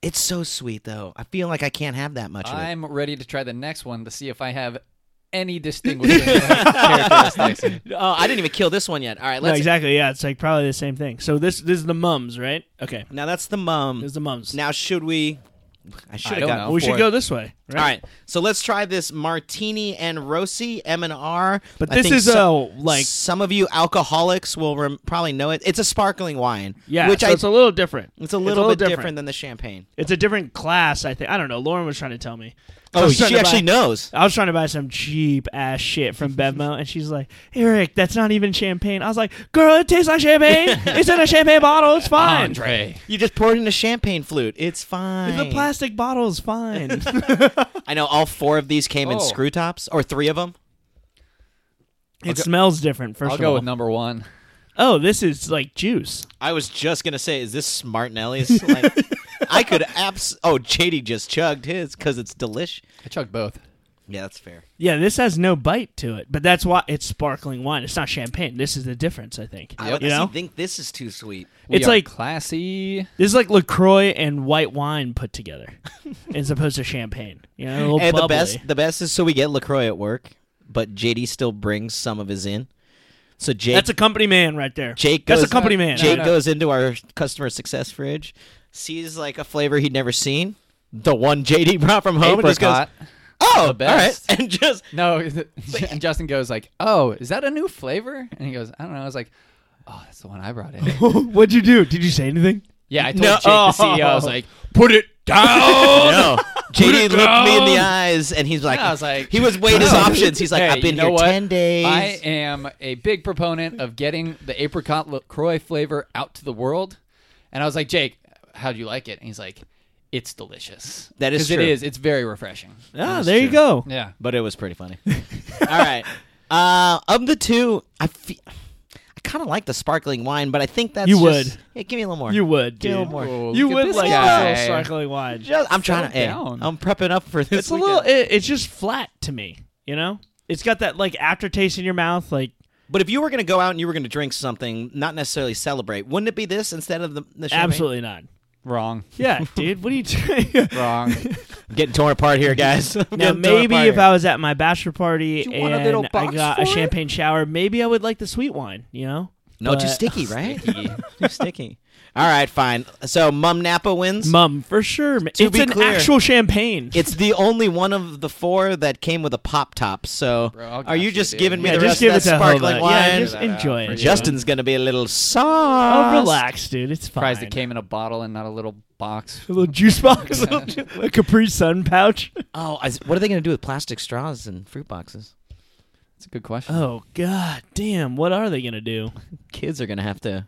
Speaker 1: It's so sweet though. I feel like I can't have that much. Of it.
Speaker 3: I'm ready to try the next one to see if I have
Speaker 2: (laughs)
Speaker 3: any distinguishing (laughs) characteristics.
Speaker 1: Oh, I didn't even kill this one yet. All right,
Speaker 2: No,
Speaker 1: let's.
Speaker 2: exactly. Yeah, it's like probably the same thing. So this this is the mums, right? Okay,
Speaker 1: Now that's the mum.
Speaker 2: this is the mums.
Speaker 1: Now should we? I should
Speaker 3: I
Speaker 1: have
Speaker 3: don't
Speaker 1: gotten.
Speaker 3: know.
Speaker 2: we should
Speaker 1: four.
Speaker 2: go this way. Right?
Speaker 1: All right, so let's try this martini and rossi M and R.
Speaker 2: But
Speaker 1: I
Speaker 2: this
Speaker 1: think
Speaker 2: is
Speaker 1: so-
Speaker 2: a like
Speaker 1: some of you alcoholics will rem- probably know it. It's a sparkling wine.
Speaker 2: yeah,
Speaker 1: which
Speaker 2: so
Speaker 1: I
Speaker 2: it's a little different.
Speaker 1: it's a little, bit different. than the champagne.
Speaker 2: It's a different class, I think. I don't know. Lauren was trying to tell me. I
Speaker 1: Oh,
Speaker 2: was
Speaker 1: she
Speaker 2: trying to
Speaker 1: actually
Speaker 2: buy-
Speaker 1: knows.
Speaker 2: I was trying to buy some cheap ass shit from Bevmo, and she's like, "Eric, that's not even champagne." I was like, "Girl, it tastes like champagne.
Speaker 1: (laughs)
Speaker 2: it's in a champagne bottle. It's fine.
Speaker 3: Andre.
Speaker 1: You just poured in a champagne flute. It's fine.
Speaker 2: The plastic bottle is
Speaker 1: (laughs)
Speaker 2: fine." (laughs)
Speaker 1: I know all four of these came in
Speaker 3: Oh.
Speaker 1: screw tops, or three of them.
Speaker 2: It smells different. 1st
Speaker 3: I'll
Speaker 2: of
Speaker 3: go
Speaker 2: all,
Speaker 3: with number one.
Speaker 2: oh, this is like juice.
Speaker 1: I was just gonna say, is this Smart (laughs) Nelly's? like, I could abs. Oh, JD just chugged his because it's delish.
Speaker 3: I chugged both.
Speaker 1: Yeah, that's fair.
Speaker 2: Yeah, this has no bite to it, but that's why it's sparkling wine. It's not champagne. This is the difference, I think.
Speaker 1: I
Speaker 2: You
Speaker 1: honestly
Speaker 2: know,
Speaker 1: think this is too sweet.
Speaker 3: We
Speaker 2: It's
Speaker 3: are
Speaker 2: like-
Speaker 3: classy.
Speaker 2: this is like Lacroix and white wine put together, as opposed to champagne. You know, a little
Speaker 1: And the
Speaker 2: bubbly.
Speaker 1: best, the best is so we get Lacroix at work, but JD still brings some of his in. So Jake,
Speaker 2: That's a company man right there.
Speaker 1: Jake
Speaker 2: That's
Speaker 1: goes,
Speaker 2: a company man.
Speaker 1: Jake
Speaker 3: No, no.
Speaker 1: goes into our customer success fridge, sees like a flavor he'd never seen, the one JD brought from home, and just goes,
Speaker 3: Apricot.
Speaker 1: "Oh,
Speaker 3: The best.
Speaker 1: all right," (laughs) and just
Speaker 3: No, (laughs) and Justin goes like, "Oh, is that a new flavor?" And he goes, "I don't know." I was like, "Oh, that's the one I brought in."
Speaker 2: (laughs) What'd you do? Did you say anything?
Speaker 3: yeah, I told
Speaker 2: No.
Speaker 3: Jake, the CEO, I was like,
Speaker 2: Put it down.
Speaker 1: no. JD looked me in the eyes, and he's like,
Speaker 3: (laughs) I was like,
Speaker 1: he was
Speaker 3: (laughs)
Speaker 1: weighing his
Speaker 3: "No."
Speaker 1: options. He's like,
Speaker 3: Hey,
Speaker 1: "I've been
Speaker 3: you know
Speaker 1: here
Speaker 3: what?
Speaker 1: ten days."
Speaker 3: I am a big proponent of getting the apricot LaCroix flavor out to the world. And I was like, Jake, how do you like it? And he's like, it's delicious.
Speaker 1: That is
Speaker 3: 'Cause
Speaker 1: true.
Speaker 3: It is. It's very refreshing.
Speaker 2: Ah, there you go.
Speaker 3: Yeah.
Speaker 1: but it was pretty funny. All right. Uh, of the two, I fe- I kind of like the sparkling wine, but I think that's
Speaker 2: You
Speaker 1: just-
Speaker 2: would.
Speaker 1: Yeah, give me a little more.
Speaker 2: You would,
Speaker 1: Give me a little
Speaker 2: dude.
Speaker 1: more.
Speaker 3: Whoa,
Speaker 2: You
Speaker 3: look at
Speaker 2: would
Speaker 3: this
Speaker 2: like
Speaker 3: guy.
Speaker 2: a little sparkling wine.
Speaker 1: Just- I'm trying
Speaker 3: Settle
Speaker 1: to. hey,
Speaker 3: down.
Speaker 1: I'm prepping up for this.
Speaker 2: it's a little. It, it's just flat to me. You know, it's got that like aftertaste in your mouth, like.
Speaker 1: But if you were going to go out and you were going to drink something, not necessarily celebrate, wouldn't it be this instead of the, the champagne?
Speaker 2: Absolutely not.
Speaker 3: Wrong.
Speaker 2: (laughs) Yeah, dude. What are you doing?
Speaker 3: Wrong.
Speaker 1: Getting torn apart here, guys. I'm
Speaker 2: now
Speaker 1: getting torn
Speaker 2: maybe
Speaker 1: apart
Speaker 2: if
Speaker 1: here.
Speaker 2: I was at my bachelor party
Speaker 3: you want a little
Speaker 2: and I
Speaker 3: box
Speaker 2: got a
Speaker 3: for it?
Speaker 2: champagne shower, maybe I would like the sweet wine. You know,
Speaker 1: No, too
Speaker 2: but-
Speaker 1: sticky, right? too sticky. All right, fine. So Mum Napa wins.
Speaker 2: Mum, for sure. ma-
Speaker 1: To
Speaker 2: it's
Speaker 1: be
Speaker 2: an
Speaker 1: clear-
Speaker 2: actual champagne.
Speaker 1: It's the only one of the four that came with a pop top. So
Speaker 3: Bro, I'll
Speaker 1: are you
Speaker 3: gotcha,
Speaker 1: just
Speaker 3: dude.
Speaker 1: giving me
Speaker 2: yeah,
Speaker 1: the rest
Speaker 2: just give
Speaker 1: of
Speaker 2: it
Speaker 1: that
Speaker 2: to
Speaker 1: sparkling
Speaker 2: Hoda.
Speaker 1: wine?
Speaker 2: Yeah, just
Speaker 3: Figure that
Speaker 2: enjoy
Speaker 3: out
Speaker 2: it.
Speaker 3: for you.
Speaker 1: Justin's gonna be a little
Speaker 2: Oh,
Speaker 1: sauce.
Speaker 2: relax, dude. It's fine.
Speaker 3: Surprised it came in a bottle and not a little box.
Speaker 2: A little juice box, (laughs) a, little ju- a Capri Sun pouch.
Speaker 1: Oh, I, what are they gonna do with plastic straws and fruit boxes?
Speaker 3: That's a good question.
Speaker 2: Oh god, damn! What are they gonna do?
Speaker 1: Kids are gonna have to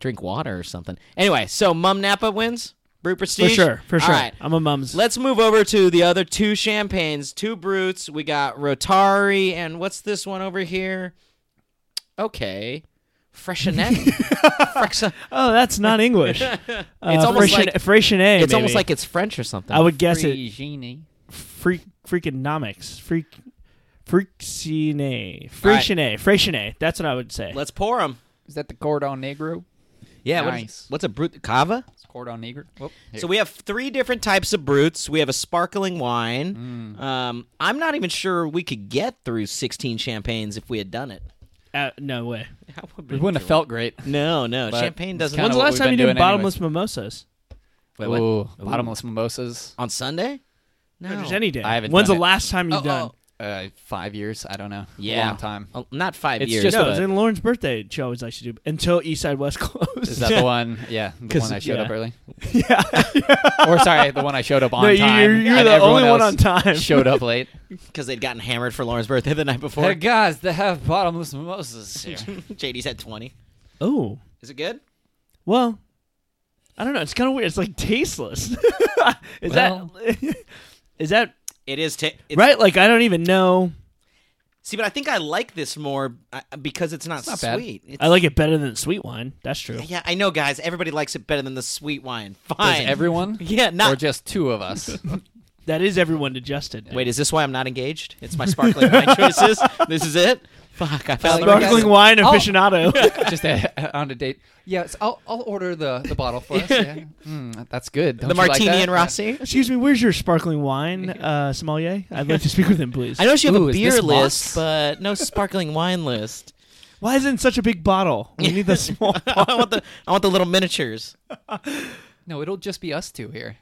Speaker 1: drink water or something. Anyway, so Mum Napa wins. Brew Prestige
Speaker 2: For sure, for sure.
Speaker 1: All right.
Speaker 2: I'm a mum's.
Speaker 1: Let's move over to the other two champagnes, two brutes. We got Rotari and what's this one over here? Okay. Freshenet.
Speaker 2: (laughs)
Speaker 1: Frexa-
Speaker 2: oh, that's
Speaker 3: (laughs)
Speaker 2: not English. Uh, it's
Speaker 1: almost like-
Speaker 2: Freixenet,
Speaker 1: it's
Speaker 2: maybe.
Speaker 1: almost like it's French or something.
Speaker 2: I would guess it.
Speaker 3: Frigini.
Speaker 2: Freak, freakonomics, freak, freakcine,
Speaker 1: right.
Speaker 2: Freixenet, Freixenet. That's what I would say.
Speaker 1: Let's pour them.
Speaker 3: Is that the Cordon Negro?
Speaker 1: Yeah, what
Speaker 3: Nice.
Speaker 1: is, what's a brut? Cava?
Speaker 3: It's Cordon Negro. Whoop.
Speaker 1: So we have three different types of brutes. We have a sparkling
Speaker 3: Mm.
Speaker 1: wine. Um, I'm not even sure we could get through 16 champagnes if we had done it.
Speaker 2: Uh, no way.
Speaker 1: (laughs) That would
Speaker 3: it wouldn't have felt great.
Speaker 1: No, no.
Speaker 3: But
Speaker 1: champagne
Speaker 3: it's
Speaker 1: doesn't.
Speaker 3: kinda
Speaker 2: When's the
Speaker 3: what
Speaker 2: last
Speaker 3: we've
Speaker 2: time you
Speaker 3: been
Speaker 2: did
Speaker 3: doing
Speaker 2: bottomless mimosas?
Speaker 1: Wait, what?
Speaker 3: Ooh, bottomless mimosas.
Speaker 1: On Sunday? No.
Speaker 2: There's any day.
Speaker 3: I haven't
Speaker 2: When's
Speaker 3: done
Speaker 2: the
Speaker 3: it.
Speaker 2: last time you've
Speaker 1: Oh,
Speaker 2: done?
Speaker 1: oh.
Speaker 3: Uh, five years. I don't know.
Speaker 1: Yeah.
Speaker 3: long time.
Speaker 1: Oh, not five
Speaker 3: It's
Speaker 1: years.
Speaker 3: just
Speaker 2: No,
Speaker 3: a-
Speaker 2: it was in Lauren's birthday. She always likes to do until East Side West
Speaker 3: (laughs)
Speaker 2: closed.
Speaker 3: Is that the one? Yeah, the
Speaker 2: 'Cause-
Speaker 3: one I showed up
Speaker 2: yeah.
Speaker 3: early.
Speaker 2: (laughs) yeah.
Speaker 3: (laughs) Or sorry, the one I showed up on
Speaker 2: No, you-
Speaker 3: time.
Speaker 2: you're- you're
Speaker 3: and
Speaker 2: the
Speaker 3: everyone
Speaker 2: only one
Speaker 3: else
Speaker 2: on time.
Speaker 3: Showed up
Speaker 2: (laughs)
Speaker 3: late.
Speaker 1: because they'd gotten hammered for Lauren's birthday the night before.
Speaker 3: Hey guys, they have bottomless mimosas here.
Speaker 1: (laughs) JD's had 20.
Speaker 2: Oh.
Speaker 1: Is it good?
Speaker 2: Well, I don't know. It's kind of weird. It's like tasteless. (laughs) is
Speaker 3: Well-
Speaker 2: that (laughs) is that
Speaker 1: It is. Ta- it's,
Speaker 2: right? Like I don't even know.
Speaker 1: See, but I think I like this more uh, because it's not,
Speaker 3: It's not bad.
Speaker 1: sweet. It's,
Speaker 2: I like it better than sweet wine. That's true.
Speaker 1: Yeah, I know, guys. Everybody likes it better than the sweet wine.
Speaker 3: Does
Speaker 1: Fine.
Speaker 3: everyone?
Speaker 1: (laughs) Yeah,
Speaker 3: or
Speaker 1: not.
Speaker 3: just two of
Speaker 2: (laughs)
Speaker 3: us?
Speaker 2: That is everyone to Justin.
Speaker 1: Wait, is this why I'm not engaged? It's my sparkling
Speaker 2: (laughs)
Speaker 1: wine choices. This is it. Fuck, I found the right
Speaker 2: sparkling
Speaker 1: guy.
Speaker 2: wine
Speaker 3: Oh.
Speaker 2: aficionado.
Speaker 3: (laughs)
Speaker 2: (laughs)
Speaker 3: just a, on a date. Yes, I'll I'll order the, the bottle for (laughs) us. Yeah. Mm, that's good. Don't
Speaker 1: The
Speaker 3: you like
Speaker 1: martini
Speaker 3: that?
Speaker 1: and Rossi.
Speaker 2: Excuse me. Where's your
Speaker 1: (laughs)
Speaker 2: sparkling wine uh, sommelier? I'd like to speak with him, please.
Speaker 1: I know she have
Speaker 3: Ooh,
Speaker 1: a
Speaker 3: is
Speaker 1: beer
Speaker 3: this
Speaker 1: list,
Speaker 3: Moss?
Speaker 1: but no sparkling
Speaker 3: (laughs)
Speaker 1: wine
Speaker 2: (laughs)
Speaker 1: list.
Speaker 2: Why is it in such a big bottle? We
Speaker 1: (laughs)
Speaker 2: need the small.
Speaker 1: I want the I want the little miniatures.
Speaker 3: No, it'll just be us two here.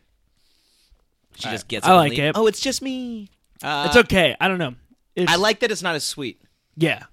Speaker 1: She just gets.
Speaker 2: I
Speaker 1: and
Speaker 2: like
Speaker 1: leaves.
Speaker 2: it.
Speaker 1: Oh, it's just me. Uh,
Speaker 2: it's okay. I don't know. It's,
Speaker 1: I like that it's not as sweet.
Speaker 2: Yeah.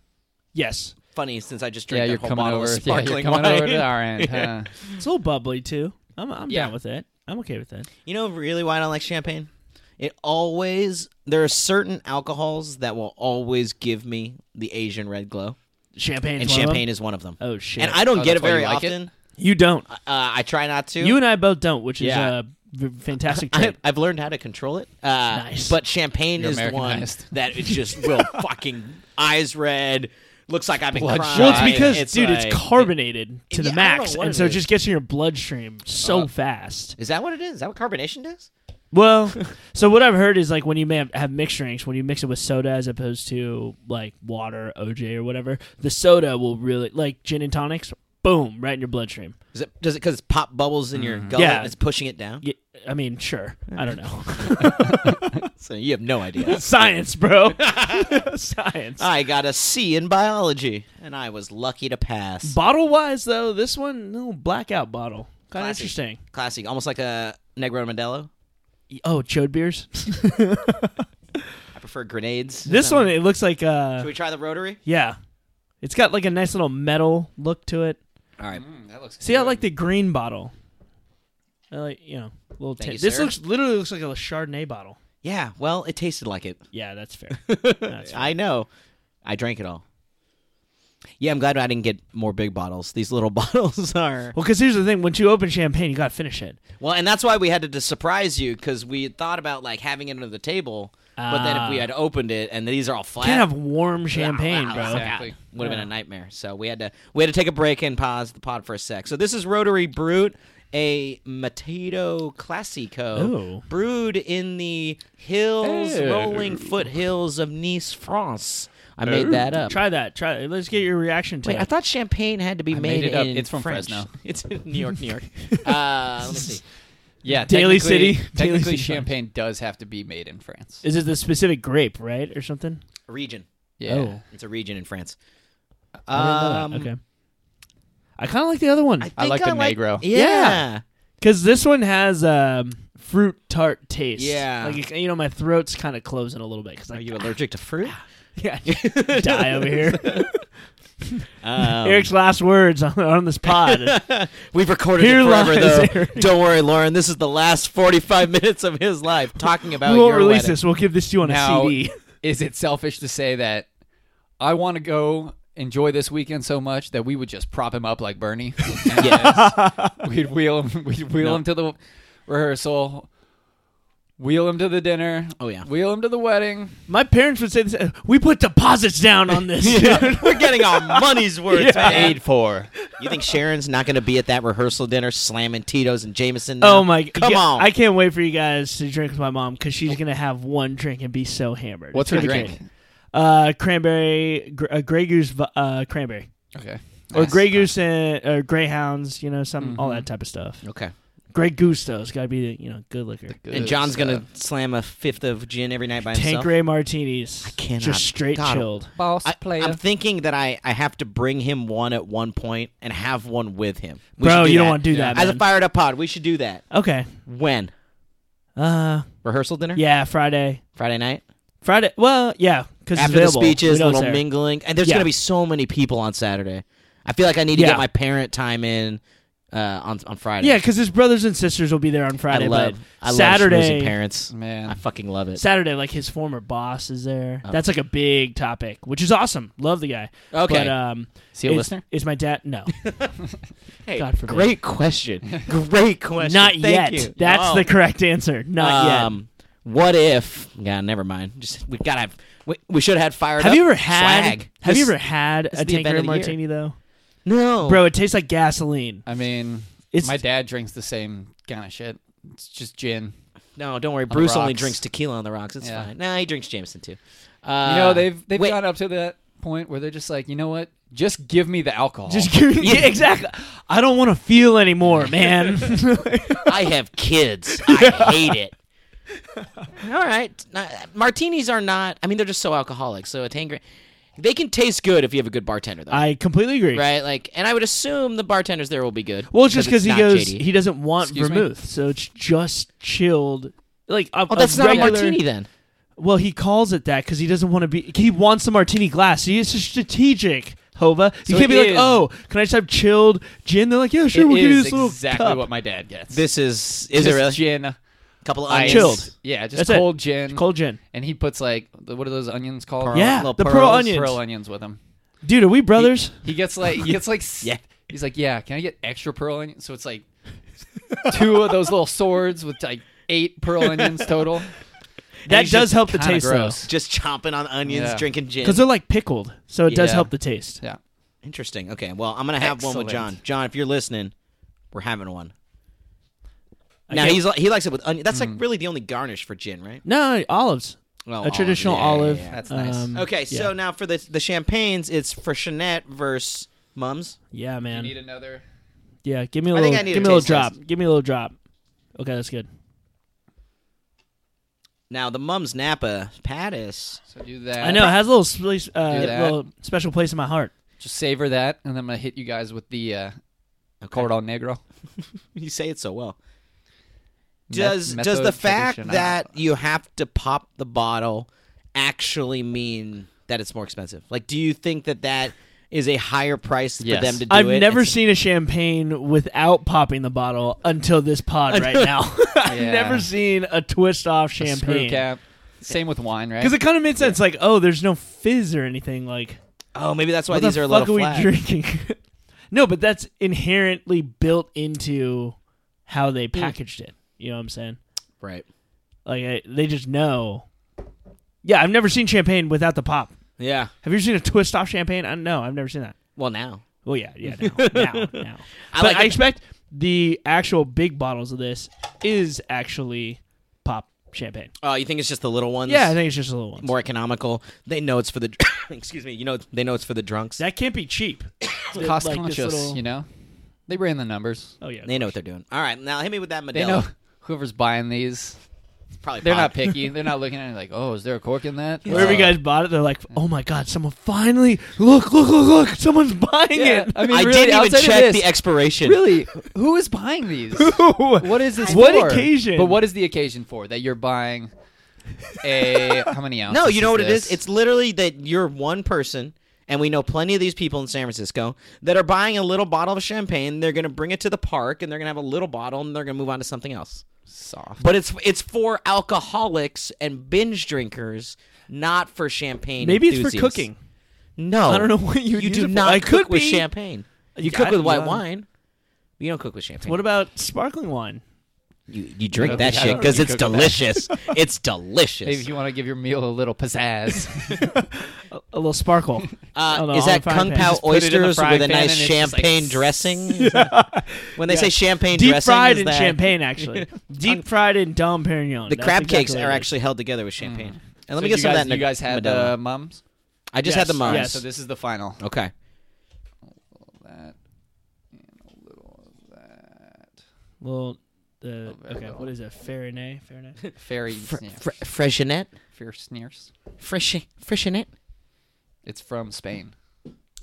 Speaker 2: Yes.
Speaker 1: Funny since I just
Speaker 3: yeah,
Speaker 1: drank
Speaker 3: you're
Speaker 1: that whole
Speaker 3: coming
Speaker 1: bottle
Speaker 3: over.
Speaker 1: of
Speaker 3: Yeah, you're
Speaker 1: sparkling
Speaker 3: coming
Speaker 1: wine.
Speaker 3: over to our end. (laughs) huh?
Speaker 2: It's a little bubbly too. I'm I'm
Speaker 1: Yeah.
Speaker 2: down with it. I'm okay with it.
Speaker 1: You know really why I don't like champagne? It always there are certain alcohols that will always give me the Asian red glow,
Speaker 2: Champagne.
Speaker 1: and champagne is one of them.
Speaker 2: Oh shit.
Speaker 1: and I don't
Speaker 3: Oh,
Speaker 1: get it
Speaker 3: that's why you
Speaker 1: very
Speaker 3: like it?
Speaker 1: often.
Speaker 2: you don't.
Speaker 1: Uh, I try not to.
Speaker 2: You and I both don't, which is
Speaker 1: Yeah.
Speaker 2: a v- fantastic
Speaker 1: (laughs) I,
Speaker 2: trait.
Speaker 1: I've learned how to control it. Uh,
Speaker 2: Nice.
Speaker 1: But champagne
Speaker 3: You're
Speaker 1: is the one
Speaker 3: Americanized.
Speaker 1: that it just will fucking eyes red. Looks like I've been
Speaker 3: Bloodshot.
Speaker 1: crying.
Speaker 2: well, it's because, dude,
Speaker 1: like-
Speaker 2: it's carbonated to the
Speaker 1: Yeah, I don't
Speaker 2: max,
Speaker 1: know what
Speaker 2: and
Speaker 1: it
Speaker 2: so it
Speaker 1: is.
Speaker 2: just gets in your bloodstream so
Speaker 1: Oh.
Speaker 3: Uh,
Speaker 2: fast.
Speaker 1: Is that what it is? Is that what carbonation does?
Speaker 2: Well, (laughs) so what I've heard is like when you may have, have mixed drinks, when you mix it with soda as opposed to like water, OJ, or whatever, the soda will really like gin and tonics. Boom, right in your bloodstream.
Speaker 1: Is it does it because it's pop bubbles in your gullet?
Speaker 2: Yeah.
Speaker 1: and It's pushing it down.
Speaker 2: Y- I mean, sure. I don't know. (laughs)
Speaker 1: So you have no idea.
Speaker 2: Science, bro. (laughs) Science.
Speaker 1: I got a C in biology, and I was lucky to pass.
Speaker 2: Bottle wise, though, this one, little blackout bottle. Kind of
Speaker 1: Classy.
Speaker 2: interesting.
Speaker 1: Classic, almost like a Negro Modelo.
Speaker 2: Oh, chode beers.
Speaker 1: I prefer grenades.
Speaker 2: (laughs) this
Speaker 1: So-
Speaker 2: one, it looks like, uh,
Speaker 1: Should we try the rotary?
Speaker 2: yeah, it's got like a nice little metal look to it.
Speaker 1: All right.
Speaker 3: that looks
Speaker 2: See, I like the green bottle. I like, you know, little.
Speaker 1: Thank
Speaker 2: ta-
Speaker 1: you,
Speaker 2: this
Speaker 1: sir.
Speaker 2: looks literally looks like a Chardonnay bottle.
Speaker 1: Yeah. Well, it tasted like it.
Speaker 2: Yeah, that's fair. (laughs) That's fair.
Speaker 1: I know. I drank it all. Yeah, I'm glad I didn't get more big bottles. These little (laughs) bottles are
Speaker 2: Well, because here's the thing: once you open champagne, you gotta finish it.
Speaker 1: well, and that's why we had to, to surprise you because we had thought about like having it under the table, but then if we
Speaker 2: Ah.
Speaker 1: had opened it and these are all flat,
Speaker 2: Can't have warm champagne, bro.
Speaker 3: Exactly.
Speaker 1: Would have been a nightmare. So we had to we had to take a break and pause the pod for a sec. So this is Rotary Brute, a Matado Classico,
Speaker 2: Ooh.
Speaker 1: brewed in the hills,
Speaker 3: Hey.
Speaker 1: rolling foothills of Nice, France. I made that up.
Speaker 2: Oh. Try that. Try. It. Let's get your reaction to
Speaker 1: Wait,
Speaker 2: it.
Speaker 1: I thought champagne had to be
Speaker 3: made
Speaker 1: made,
Speaker 3: it up.
Speaker 1: in
Speaker 3: It's from
Speaker 1: French.
Speaker 3: Fresno.
Speaker 1: (laughs) It's in New York, New York. Uh, let me see.
Speaker 3: yeah. technically-
Speaker 2: Daily City- Daily
Speaker 3: Technically,
Speaker 2: City
Speaker 3: champagne does have to be made in France.
Speaker 2: Is it the specific grape, right, or something?
Speaker 1: Region.
Speaker 3: Yeah.
Speaker 2: Oh.
Speaker 1: It's a region in France.
Speaker 2: I didn't know that.
Speaker 1: Um,
Speaker 2: okay. I kind of like the other one
Speaker 3: I like
Speaker 1: think
Speaker 3: the Negro.
Speaker 1: Yeah.
Speaker 2: because this one has um, fruit tart taste.
Speaker 1: Yeah.
Speaker 2: like you know, my throat's kind of closing a little bit because
Speaker 1: Are
Speaker 2: I
Speaker 1: you allergic to fruit?
Speaker 2: (laughs)
Speaker 1: (laughs)
Speaker 2: yeah, die over here.
Speaker 3: (laughs)
Speaker 1: Um,
Speaker 2: Eric's last words on, on
Speaker 1: (laughs)
Speaker 2: this pod.
Speaker 1: We've recorded
Speaker 2: Here
Speaker 1: it forever,
Speaker 2: lies
Speaker 1: though.
Speaker 2: Eric.
Speaker 1: Don't worry, Lauren. This is the last 45 (laughs) minutes of his life talking about
Speaker 2: we won't
Speaker 1: your
Speaker 2: release
Speaker 1: wedding.
Speaker 2: this. We'll give this to you on
Speaker 3: Now-
Speaker 2: a CD.
Speaker 3: Is it selfish to say that I want to go enjoy this weekend so much that we would just prop him up
Speaker 1: (laughs)
Speaker 3: like Bernie? And (laughs) we'd wheel him. We'd wheel him to the rehearsal. Wheel him to the dinner.
Speaker 1: Oh, yeah.
Speaker 3: Wheel him to the wedding.
Speaker 2: My parents would say this. uh, We put deposits down on
Speaker 1: (laughs)
Speaker 2: this. dude."
Speaker 1: We're getting our money's worth, man.
Speaker 3: Paid for.
Speaker 1: You think Sharon's not going to be at that rehearsal dinner slamming Tito's and Jameson? now?
Speaker 2: (laughs) Oh my!
Speaker 1: Come
Speaker 2: yeah,
Speaker 1: on.
Speaker 2: I can't wait for you guys to drink with my mom because she's gonna have one drink and be so hammered.
Speaker 3: What's her
Speaker 2: It's gonna be
Speaker 3: drink?
Speaker 2: great. Uh, cranberry, gr- uh, Grey Goose, vi- uh, cranberry,
Speaker 3: Okay.
Speaker 2: or
Speaker 3: Nice.
Speaker 2: Grey Goose and or Greyhounds. You know, some all
Speaker 1: Mm-hmm.
Speaker 3: Mhm.
Speaker 2: that type of stuff.
Speaker 1: Okay.
Speaker 2: Grey Goose though, it's gotta be you know good liquor.
Speaker 3: Good
Speaker 1: and John's going
Speaker 3: stuff.
Speaker 1: to slam a fifth of gin every night by himself.
Speaker 2: Tanqueray martinis. I
Speaker 1: cannot-
Speaker 2: Just straight
Speaker 1: God.
Speaker 2: chilled.
Speaker 3: boss
Speaker 1: I, am thinking that I, I have to bring him one at one point and have one with him. We
Speaker 2: Bro,
Speaker 1: should do
Speaker 2: you don't
Speaker 1: that.
Speaker 2: want to do
Speaker 3: Yeah.
Speaker 2: that.
Speaker 1: As a
Speaker 2: man.
Speaker 1: fired up pod, we should do that.
Speaker 2: okay.
Speaker 1: When?
Speaker 2: Uh,
Speaker 1: Rehearsal dinner?
Speaker 2: yeah, Friday.
Speaker 1: Friday night?
Speaker 2: Friday. Well, yeah, because
Speaker 1: After the speeches, little mingling. And there's
Speaker 2: Yeah.
Speaker 1: going to be so many people on Saturday. I feel like I need to
Speaker 2: Yeah.
Speaker 1: get my parent time in uh, on, on Friday.
Speaker 2: Yeah, because his brothers and sisters will be there on Friday.
Speaker 1: I love,
Speaker 2: but
Speaker 1: I love
Speaker 2: Saturday.
Speaker 1: schmoozing parents. I
Speaker 3: Man,
Speaker 1: fucking love it. Oh.
Speaker 2: Saturday, like his former boss is there. That's like a big topic, which is awesome. Love the guy.
Speaker 1: Okay.
Speaker 2: But, um,
Speaker 3: see a
Speaker 2: is-
Speaker 3: listener.
Speaker 2: Is my dad? No,
Speaker 1: Hey,
Speaker 2: God forbid.
Speaker 1: great question. (laughs) Great question.
Speaker 2: not
Speaker 1: Thank
Speaker 2: yet.
Speaker 1: you.
Speaker 2: That's
Speaker 1: Oh.
Speaker 2: the correct answer. (laughs) Not
Speaker 1: um, What if? Yeah, never mind. Just we gotta have. We, we should have had fired.
Speaker 2: yet. Have
Speaker 1: up
Speaker 2: you ever had?
Speaker 1: swag.
Speaker 2: Have you
Speaker 1: This-
Speaker 2: ever had
Speaker 1: is
Speaker 2: a
Speaker 1: the event
Speaker 2: Tanqueray
Speaker 1: of the year. Oh.
Speaker 2: martini though?
Speaker 1: No,
Speaker 2: Bro, it tastes like gasoline.
Speaker 3: I mean,
Speaker 2: It's
Speaker 3: my dad drinks the same kind of shit. It's just gin.
Speaker 1: No, don't worry.
Speaker 3: the
Speaker 1: Bruce only
Speaker 3: rocks.
Speaker 1: drinks tequila on the rocks. It's
Speaker 3: Yeah.
Speaker 1: fine. Nah, he drinks Jameson too. Uh,
Speaker 3: you know, they've they've
Speaker 1: wait.
Speaker 3: gotten up to that point where they're just like, you know what? Just give me the alcohol.
Speaker 2: just give me, yeah, exactly. I don't want to feel anymore, man. (laughs)
Speaker 1: I have kids. I hate it. All right, Nah, martinis are not. I mean, they're just so alcoholic. So a tangerine, they can taste good if you have a good bartender, though.
Speaker 2: I completely agree.
Speaker 1: Right, like, and I would assume the bartenders there will be good.
Speaker 2: Well, it's just because he
Speaker 1: not
Speaker 2: goes,
Speaker 1: shady.
Speaker 2: he doesn't want
Speaker 3: Excuse me?
Speaker 2: vermouth, so it's just chilled. Like a,
Speaker 1: oh, that's
Speaker 2: a
Speaker 1: not
Speaker 2: regular,
Speaker 1: a martini then.
Speaker 2: Well, he calls it that because he doesn't want to be. He wants the martini glass. He is strategic, Hova. You
Speaker 3: So
Speaker 2: can't
Speaker 3: it
Speaker 2: be like,
Speaker 3: is-
Speaker 2: oh, can I just have chilled gin? They're like, yeah,
Speaker 3: It
Speaker 2: sure. we'll give you
Speaker 3: is
Speaker 2: this little
Speaker 3: exactly
Speaker 2: cup.
Speaker 3: what my dad gets.
Speaker 1: This is is it
Speaker 3: Just
Speaker 1: really?
Speaker 3: gin,
Speaker 1: couple of onions.
Speaker 3: ice.
Speaker 2: Chilled.
Speaker 3: Yeah, just
Speaker 2: That's it.
Speaker 3: cold gin.
Speaker 2: cold gin.
Speaker 3: And he puts like the- what are those onions called?
Speaker 1: Pearl-
Speaker 2: Yeah,
Speaker 1: little
Speaker 2: the pearl,
Speaker 1: pearls,
Speaker 2: onions.
Speaker 3: Pearl onions with him.
Speaker 2: Dude, are we brothers?
Speaker 3: He gets like he gets like s-
Speaker 2: (laughs)
Speaker 1: Yeah.
Speaker 3: He's like, yeah, can I get extra pearl onions? So it's like two of those little swords with like eight pearl onions total.
Speaker 2: (laughs) that
Speaker 3: he's
Speaker 2: does
Speaker 3: just
Speaker 2: help the
Speaker 3: kinda
Speaker 2: taste,
Speaker 3: gross.
Speaker 1: Just chomping on onions,
Speaker 3: Yeah.
Speaker 1: drinking gin.
Speaker 2: because they're like pickled, so it does
Speaker 3: Yeah.
Speaker 2: help the taste.
Speaker 3: Yeah.
Speaker 1: Interesting. Okay, well, I'm gonna have one with John.
Speaker 3: Excellent.
Speaker 1: John, if you're listening, we're having one.
Speaker 2: I
Speaker 1: Now
Speaker 2: can't-
Speaker 1: he's he likes it with onion. That's like really the only garnish for gin, right?
Speaker 2: no olives,
Speaker 1: Well,
Speaker 2: a
Speaker 1: olive,
Speaker 2: traditional
Speaker 1: yeah, yeah,
Speaker 2: olive.
Speaker 1: yeah.
Speaker 3: That's nice.
Speaker 2: um,
Speaker 1: Okay,
Speaker 2: yeah.
Speaker 1: so now for the the champagnes, it's Freixenet versus Mums.
Speaker 2: yeah,
Speaker 3: You
Speaker 2: man,
Speaker 3: need another.
Speaker 2: yeah, give me a
Speaker 1: I
Speaker 2: little,
Speaker 1: think I
Speaker 2: give me
Speaker 1: need
Speaker 2: a
Speaker 1: a
Speaker 2: little
Speaker 1: taste
Speaker 2: drop,
Speaker 1: test.
Speaker 2: give me a little drop. Okay, that's good.
Speaker 1: Now the Mums Napa Pattis.
Speaker 3: So do
Speaker 1: Uh,
Speaker 3: that.
Speaker 2: I know it has a little, sp- uh,
Speaker 3: Do that.
Speaker 2: little special place in my heart.
Speaker 3: Just savor that, and I'm gonna hit you guys with the uh,
Speaker 1: Okay.
Speaker 3: Cordon Negro.
Speaker 1: You say it so well.
Speaker 3: Meth-
Speaker 1: Does does the
Speaker 3: method
Speaker 1: fact
Speaker 3: tradition.
Speaker 1: that you have to pop the bottle actually mean that it's more expensive? Like, do you think that that is a higher price
Speaker 3: Yes.
Speaker 1: for them to do
Speaker 2: I've
Speaker 1: it?
Speaker 2: never
Speaker 1: It's-
Speaker 2: seen a champagne without popping the bottle until this
Speaker 1: (laughs)
Speaker 2: pod right now. (laughs) I've
Speaker 3: Yeah.
Speaker 2: never seen a twist off
Speaker 3: A screw
Speaker 2: champagne.
Speaker 3: cap. Same with wine, right?
Speaker 2: Because it kind of made sense. Like, oh, there's no fizz or anything. Like,
Speaker 1: Oh, maybe that's why
Speaker 2: what
Speaker 1: these
Speaker 2: the
Speaker 1: are a
Speaker 2: fuck
Speaker 1: little
Speaker 2: are we
Speaker 1: flat.
Speaker 2: drinking? (laughs) no, but that's inherently built into how they
Speaker 1: Hmm.
Speaker 2: packaged it. You know what I'm saying?
Speaker 1: Right.
Speaker 2: Like, I, they just know. Yeah, I've never seen champagne without the pop.
Speaker 1: Yeah.
Speaker 2: Have you ever seen a twist off champagne? I, no, I've never seen that.
Speaker 1: Well, now.
Speaker 2: Well, yeah, yeah,
Speaker 1: (laughs)
Speaker 2: now, now, now.
Speaker 1: I
Speaker 2: but
Speaker 1: like
Speaker 2: I
Speaker 1: it-
Speaker 2: expect the actual big bottles of this is actually pop champagne.
Speaker 1: Oh, you think it's just the little ones?
Speaker 2: Yeah, I think it's just a little one.
Speaker 1: More economical. They know it's for the. (coughs) excuse me. You know they know it's for the drunks.
Speaker 2: That can't
Speaker 1: (coughs)
Speaker 2: be cheap. The-
Speaker 3: cost
Speaker 2: like, this
Speaker 3: conscious,
Speaker 2: little-
Speaker 3: you know. They ran the numbers.
Speaker 2: Oh
Speaker 3: (laughs)
Speaker 2: yeah,
Speaker 1: they know what they're doing. All right, now hit me with that Modelo.
Speaker 3: They know whoever's buying these.
Speaker 1: probably
Speaker 3: They're not
Speaker 1: pop-
Speaker 3: picky. They're not looking at it like, oh, is there a cork in that? Uh,
Speaker 2: Wherever you guys bought it, they're like, "Oh my god, someone finally look, look, look, look! Someone's buying
Speaker 3: Yeah,
Speaker 2: it."
Speaker 3: I
Speaker 2: (laughs)
Speaker 3: mean,
Speaker 1: I
Speaker 3: really,
Speaker 1: didn't
Speaker 3: outside
Speaker 1: even
Speaker 3: of
Speaker 1: check
Speaker 3: this,
Speaker 1: the expiration.
Speaker 3: Really, who is buying
Speaker 2: (laughs)
Speaker 3: these? What is this?
Speaker 2: What
Speaker 3: for?
Speaker 2: occasion?
Speaker 3: But what is the occasion for that you're buying?
Speaker 2: (laughs)
Speaker 3: A how many ounces?
Speaker 1: No, you know what it is?
Speaker 3: this?
Speaker 1: It's literally that you're one person, and we know plenty of these people in San Francisco that are buying a little bottle of champagne. They're going to bring it to the park, and they're going to have a little bottle, and they're going to move on to something else.
Speaker 3: soft.
Speaker 1: But it's it's for alcoholics and binge drinkers, not for champagne.
Speaker 2: Maybe it's for
Speaker 1: enthusiasts.
Speaker 2: cooking.
Speaker 1: No,
Speaker 2: I don't know what you would
Speaker 1: you
Speaker 2: use
Speaker 1: do
Speaker 2: it for.
Speaker 1: not
Speaker 2: I
Speaker 1: cook
Speaker 2: could
Speaker 1: with
Speaker 2: be-
Speaker 1: champagne. You
Speaker 2: Yeah,
Speaker 1: cook
Speaker 2: I
Speaker 1: with
Speaker 2: don't
Speaker 1: white
Speaker 2: know.
Speaker 1: wine. You don't cook with champagne.
Speaker 2: What about sparkling wine?
Speaker 1: you, you drink
Speaker 3: I don't
Speaker 1: that
Speaker 3: think- I
Speaker 1: shit
Speaker 3: don't
Speaker 1: because
Speaker 3: think
Speaker 1: it's
Speaker 3: you cook with (laughs)
Speaker 1: delicious. it's
Speaker 3: Maybe
Speaker 1: delicious.
Speaker 3: if you want to give your meal a little
Speaker 1: (laughs)
Speaker 3: pizzazz.
Speaker 2: A, a little sparkle.
Speaker 1: Uh,
Speaker 2: Oh, no,
Speaker 1: is
Speaker 2: on
Speaker 1: that
Speaker 2: the frying
Speaker 1: kung
Speaker 2: pan.
Speaker 1: pao
Speaker 2: Just
Speaker 3: put it in the
Speaker 1: oysters
Speaker 3: frying
Speaker 1: with a nice
Speaker 3: pan and it's just like-
Speaker 1: champagne
Speaker 3: (laughs)
Speaker 1: dressing? Is that- When they say champagne
Speaker 2: Deep
Speaker 1: dressing,
Speaker 2: fried
Speaker 1: is
Speaker 2: in
Speaker 1: that- (laughs)
Speaker 2: champagne, actually. Deep fried in Dom Perignon.
Speaker 1: The
Speaker 2: That's
Speaker 1: crab
Speaker 2: exactly
Speaker 1: cakes
Speaker 2: what
Speaker 1: are
Speaker 2: it is.
Speaker 1: actually held together with champagne. And let me
Speaker 3: Mm. So
Speaker 1: get
Speaker 3: you
Speaker 1: some
Speaker 3: guys,
Speaker 1: of that.
Speaker 3: You guys had
Speaker 1: Modelo.
Speaker 3: the mums.
Speaker 1: I just had the
Speaker 2: Yes,
Speaker 1: Mars.
Speaker 3: Yeah,
Speaker 2: Yes.
Speaker 3: So this is the final.
Speaker 1: Okay.
Speaker 3: That and a little of that.
Speaker 1: Oh,
Speaker 2: Well, the
Speaker 3: very
Speaker 2: okay.
Speaker 3: well.
Speaker 2: What is it? Fernet.
Speaker 1: (laughs)
Speaker 2: Fernet.
Speaker 3: Fairy
Speaker 1: Fr-
Speaker 3: sneers.
Speaker 1: fr- Freshenet?
Speaker 3: Fair sneers.
Speaker 1: Freshe- Freshenet?
Speaker 3: It's from Spain.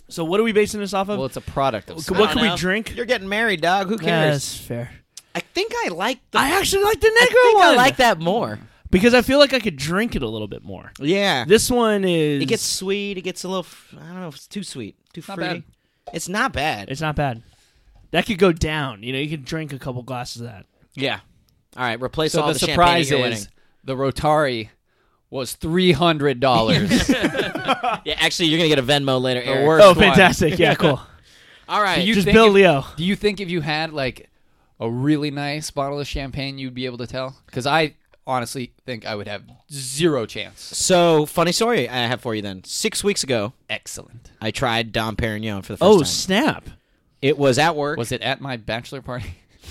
Speaker 2: so what are we basing this off of?
Speaker 3: Well, it's a product of
Speaker 2: What
Speaker 3: Spain.
Speaker 1: I don't
Speaker 2: can we
Speaker 1: know.
Speaker 2: drink?
Speaker 1: You're getting married, dog. Who
Speaker 2: Yeah,
Speaker 1: cares?
Speaker 2: that's fair.
Speaker 1: I think I like the.
Speaker 2: I actually like the Negro
Speaker 1: I think
Speaker 2: one.
Speaker 1: I like that more.
Speaker 2: because I feel like I could drink it a little bit more.
Speaker 3: Mm.
Speaker 1: Yeah.
Speaker 2: This one is.
Speaker 1: It gets sweet. It gets a little. f- I don't know. It's too sweet. Too
Speaker 3: Not
Speaker 1: fruity.
Speaker 3: bad.
Speaker 1: It's not bad.
Speaker 2: It's not bad. That could go down. You know, you could drink a couple glasses of that.
Speaker 1: yeah. All right. Replace
Speaker 3: So
Speaker 1: all
Speaker 3: the,
Speaker 1: the,
Speaker 3: surprise
Speaker 1: champagne at your wedding.
Speaker 3: is the Rotari was three
Speaker 1: (laughs)
Speaker 3: hundred dollars.
Speaker 1: Yeah, actually, you're gonna get a Venmo later.
Speaker 3: The
Speaker 1: Eric.
Speaker 3: worst
Speaker 2: Oh,
Speaker 3: one.
Speaker 2: fantastic!
Speaker 1: (laughs)
Speaker 2: Yeah, cool.
Speaker 1: All right.
Speaker 3: You
Speaker 2: Just
Speaker 3: think
Speaker 2: Bill
Speaker 3: if-
Speaker 2: Leo.
Speaker 3: Do you think if you had like a really nice bottle of champagne, you'd be able to tell? Because I honestly think I would have zero chance.
Speaker 1: so funny story I have for you. Then six weeks ago,
Speaker 3: Excellent.
Speaker 1: I tried Dom Perignon for the first
Speaker 2: Oh
Speaker 1: time.
Speaker 2: snap!
Speaker 1: it was at work.
Speaker 3: Was it at my bachelor party?
Speaker 1: (laughs)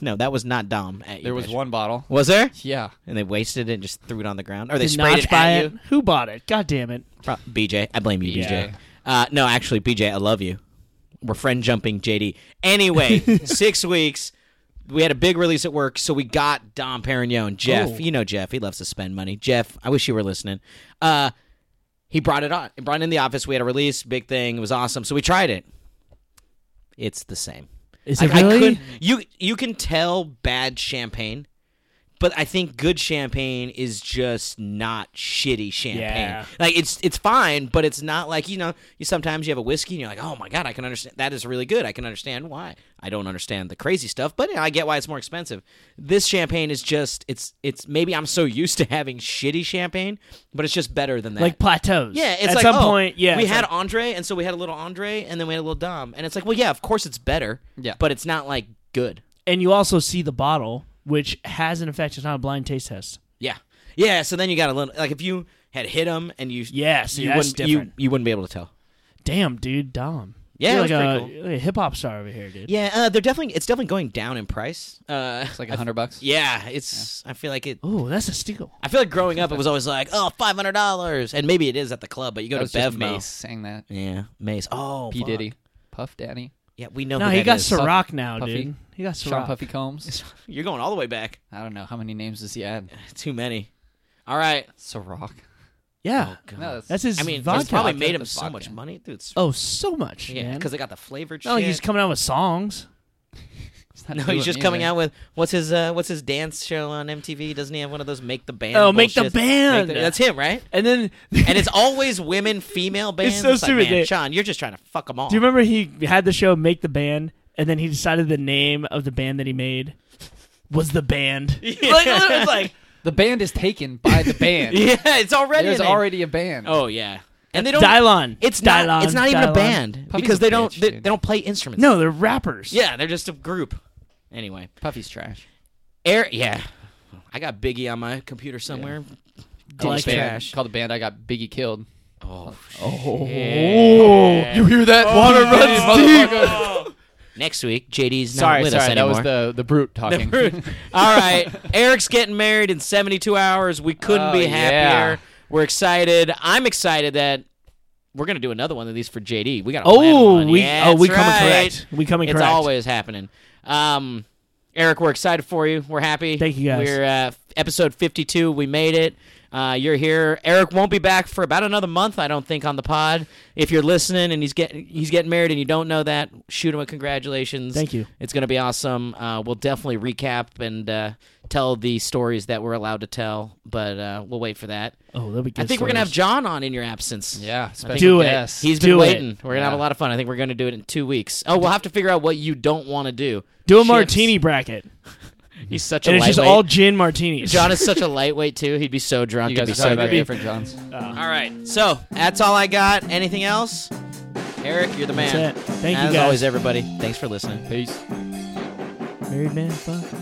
Speaker 1: no, that was not Dom. At your
Speaker 3: There was
Speaker 1: bachelor-
Speaker 3: one bottle.
Speaker 1: Was there?
Speaker 3: Yeah.
Speaker 1: And they wasted it and just threw it on the ground, or they
Speaker 2: Did
Speaker 1: sprayed
Speaker 2: Notch
Speaker 1: it
Speaker 2: buy
Speaker 1: at
Speaker 2: it?
Speaker 1: you.
Speaker 2: Who bought it? God damn it!
Speaker 1: Pro- BJ, I blame you, BJ.
Speaker 3: BJ.
Speaker 1: Uh, no, actually, BJ, I love you. We're friend jumping, JD. Anyway, six weeks. We had a big release at work, so we got Dom Perignon. Jeff,
Speaker 2: Oh.
Speaker 1: you know Jeff. He loves to spend money. Jeff, I wish you were listening. Uh, he brought it on. He brought it in the office. We had a release, big thing. It was awesome. So we tried it. It's the same.
Speaker 2: Is
Speaker 1: I,
Speaker 2: it
Speaker 1: I
Speaker 2: really?
Speaker 1: couldn't. You you can tell bad champagne, but I think good champagne is just not shitty champagne.
Speaker 2: Yeah.
Speaker 1: Like it's it's fine, but it's not like you know. You sometimes you have a whiskey and you're like, oh my god, I can understand that is really good. I can understand why. I don't understand the crazy stuff, but you know, I get why it's more expensive. This champagne is just it's it's maybe I'm so used to having shitty champagne, but it's just better than that.
Speaker 2: like plateaus.
Speaker 1: Yeah, it's
Speaker 2: at
Speaker 1: like
Speaker 2: some
Speaker 1: oh,
Speaker 2: point. Yeah,
Speaker 1: we
Speaker 2: it's
Speaker 1: had
Speaker 2: like-
Speaker 1: Andre, and so we had a little Andre, and then we had a little Dom, and it's like, well, yeah, of course it's better,
Speaker 3: Yeah.
Speaker 1: but it's not like good.
Speaker 2: and you also see the bottle, which has an effect. It's not a blind taste test.
Speaker 1: Yeah, yeah. So then you got a little like if you had hit him and you
Speaker 2: Yeah, see,
Speaker 1: you
Speaker 2: that's
Speaker 1: wouldn't you,
Speaker 2: different.
Speaker 1: you wouldn't be able to tell.
Speaker 2: Damn, dude, Dom.
Speaker 1: Yeah,
Speaker 2: You're
Speaker 1: it was
Speaker 2: like a,
Speaker 1: pretty
Speaker 2: you're like a hip hop star over here, dude.
Speaker 1: Yeah, uh, they're definitely it's definitely going down in price. Uh,
Speaker 3: It's like a hundred bucks.
Speaker 1: yeah, it's I feel like it.
Speaker 2: Oh, that's a steal.
Speaker 1: I feel like growing up, it was always like, oh, five hundred dollars, and maybe it is at the club, but you go
Speaker 3: That
Speaker 1: to
Speaker 3: was just
Speaker 1: Bevmo.
Speaker 3: Mace saying that.
Speaker 1: Yeah, Mace. Oh,
Speaker 3: P
Speaker 1: fuck.
Speaker 3: Diddy, Puff Daddy,
Speaker 1: Yeah, we know.
Speaker 2: No,
Speaker 1: who
Speaker 2: he
Speaker 1: that
Speaker 2: got
Speaker 1: is.
Speaker 2: Ciroc now,
Speaker 3: Puffy.
Speaker 2: dude. He got
Speaker 3: Sean
Speaker 2: Ciroc.
Speaker 3: Puffy Combs.
Speaker 1: You're going all the way back. (laughs)
Speaker 3: I don't know how many names does he add.
Speaker 1: Too many. All right.
Speaker 3: Ciroc.
Speaker 2: Yeah,
Speaker 1: Oh, God.
Speaker 3: No, that's,
Speaker 2: that's his
Speaker 1: I mean,
Speaker 2: vodka.
Speaker 1: it's probably
Speaker 3: Vodka.
Speaker 1: made him
Speaker 3: That's
Speaker 1: so
Speaker 3: vodka.
Speaker 1: much money, dude. It's,
Speaker 2: oh, so much.
Speaker 1: yeah,
Speaker 2: man.
Speaker 1: because they got the flavored
Speaker 2: not like
Speaker 1: shit.
Speaker 2: he's coming out with songs.
Speaker 3: it's
Speaker 1: (laughs)
Speaker 3: not
Speaker 1: no,
Speaker 3: doing
Speaker 1: he's just coming
Speaker 3: anything. (laughs)
Speaker 1: out with what's his uh, what's his dance show on MTV? Doesn't he have one of those make the band?
Speaker 2: Oh, Make the
Speaker 1: bullshits?
Speaker 2: Band!
Speaker 1: Make the- that's him, right?
Speaker 2: And (laughs) then,
Speaker 1: And it's always women, female bands.
Speaker 2: so
Speaker 1: like,
Speaker 2: stupid.
Speaker 1: man,
Speaker 2: They-
Speaker 1: Sean, you're just trying to fuck them all. (laughs)
Speaker 2: do you remember he had the show Make the Band, and then he decided the name of the band that he made was
Speaker 1: (laughs)
Speaker 2: the band. Like, it was like,
Speaker 3: The band is taken by the band.
Speaker 1: (laughs) Yeah, it's already.
Speaker 3: There's
Speaker 1: a name.
Speaker 3: already a band.
Speaker 1: Oh yeah, and they don't.
Speaker 2: Dylon.
Speaker 1: It's
Speaker 2: Dylon.
Speaker 1: not. it's not even a
Speaker 2: Dylon.
Speaker 1: band
Speaker 3: Puffy's
Speaker 1: because
Speaker 3: a
Speaker 1: they don't.
Speaker 3: bitch,
Speaker 1: they,
Speaker 3: dude.
Speaker 1: they don't play instruments.
Speaker 2: No, they're rappers.
Speaker 1: Yeah, they're just a group. Anyway,
Speaker 3: Puffy's trash.
Speaker 1: Air. Yeah, I got Biggie on my computer somewhere.
Speaker 2: I like
Speaker 1: Dick's
Speaker 3: Band-
Speaker 1: trash.
Speaker 3: Called the band. I got Biggie killed.
Speaker 1: Oh,
Speaker 2: Oh,
Speaker 3: You hear that? Water runs deep.
Speaker 1: next week JD's not
Speaker 3: Sorry,
Speaker 1: with Oh. us
Speaker 3: sorry. That
Speaker 1: anymore.
Speaker 3: was the the brute talking.
Speaker 1: All right, Eric's getting married in 72 hours. We couldn't
Speaker 3: Oh,
Speaker 1: be
Speaker 3: yeah.
Speaker 1: happier. We're excited. I'm excited that we're gonna do another one of these for JD. We got.
Speaker 2: Oh, we
Speaker 1: yeah,
Speaker 2: oh we
Speaker 1: that's
Speaker 2: coming
Speaker 1: right.
Speaker 2: correct. We coming
Speaker 1: It's
Speaker 2: correct.
Speaker 1: always happening. Um, Eric, we're excited for you. We're happy.
Speaker 2: Thank you, guys.
Speaker 1: We're uh, episode 52. We made it. Uh, you're here. Eric won't be back for about another month, I don't think, on the pod. If you're listening and he's getting he's getting married and you don't know that, shoot him a congratulations.
Speaker 2: Thank you.
Speaker 1: It's gonna be awesome. Uh, we'll definitely recap and uh, tell the stories that we're allowed to tell, but uh, we'll wait for that.
Speaker 2: Oh, that'll be good.
Speaker 1: I think we're gonna
Speaker 2: stories.
Speaker 1: have John on in your absence. (laughs)
Speaker 3: (laughs) Yeah, special
Speaker 2: Do it.
Speaker 3: guest.
Speaker 1: He's
Speaker 2: Do
Speaker 1: been
Speaker 2: it.
Speaker 1: waiting. We're gonna have a
Speaker 3: Yeah.
Speaker 1: lot of fun. I think we're gonna do it in two weeks. Oh, we'll have to figure out what you don't want to do.
Speaker 2: do a
Speaker 1: Chips.
Speaker 2: martini bracket,
Speaker 1: He's such a
Speaker 2: and it's
Speaker 1: lightweight.
Speaker 2: just all gin
Speaker 1: (laughs)
Speaker 2: martinis.
Speaker 1: John is such a lightweight too. He'd be so drunk.
Speaker 3: you
Speaker 1: It'd
Speaker 3: guys
Speaker 1: be
Speaker 3: are talking
Speaker 1: so
Speaker 3: about
Speaker 1: great.
Speaker 3: different Johns.
Speaker 1: All right. So that's all I got. Anything else? Eric, you're the man.
Speaker 2: That's it. Thank you
Speaker 1: As
Speaker 2: guys.
Speaker 1: always, everybody. Thanks for listening.
Speaker 3: Peace.
Speaker 2: Married man, fuck.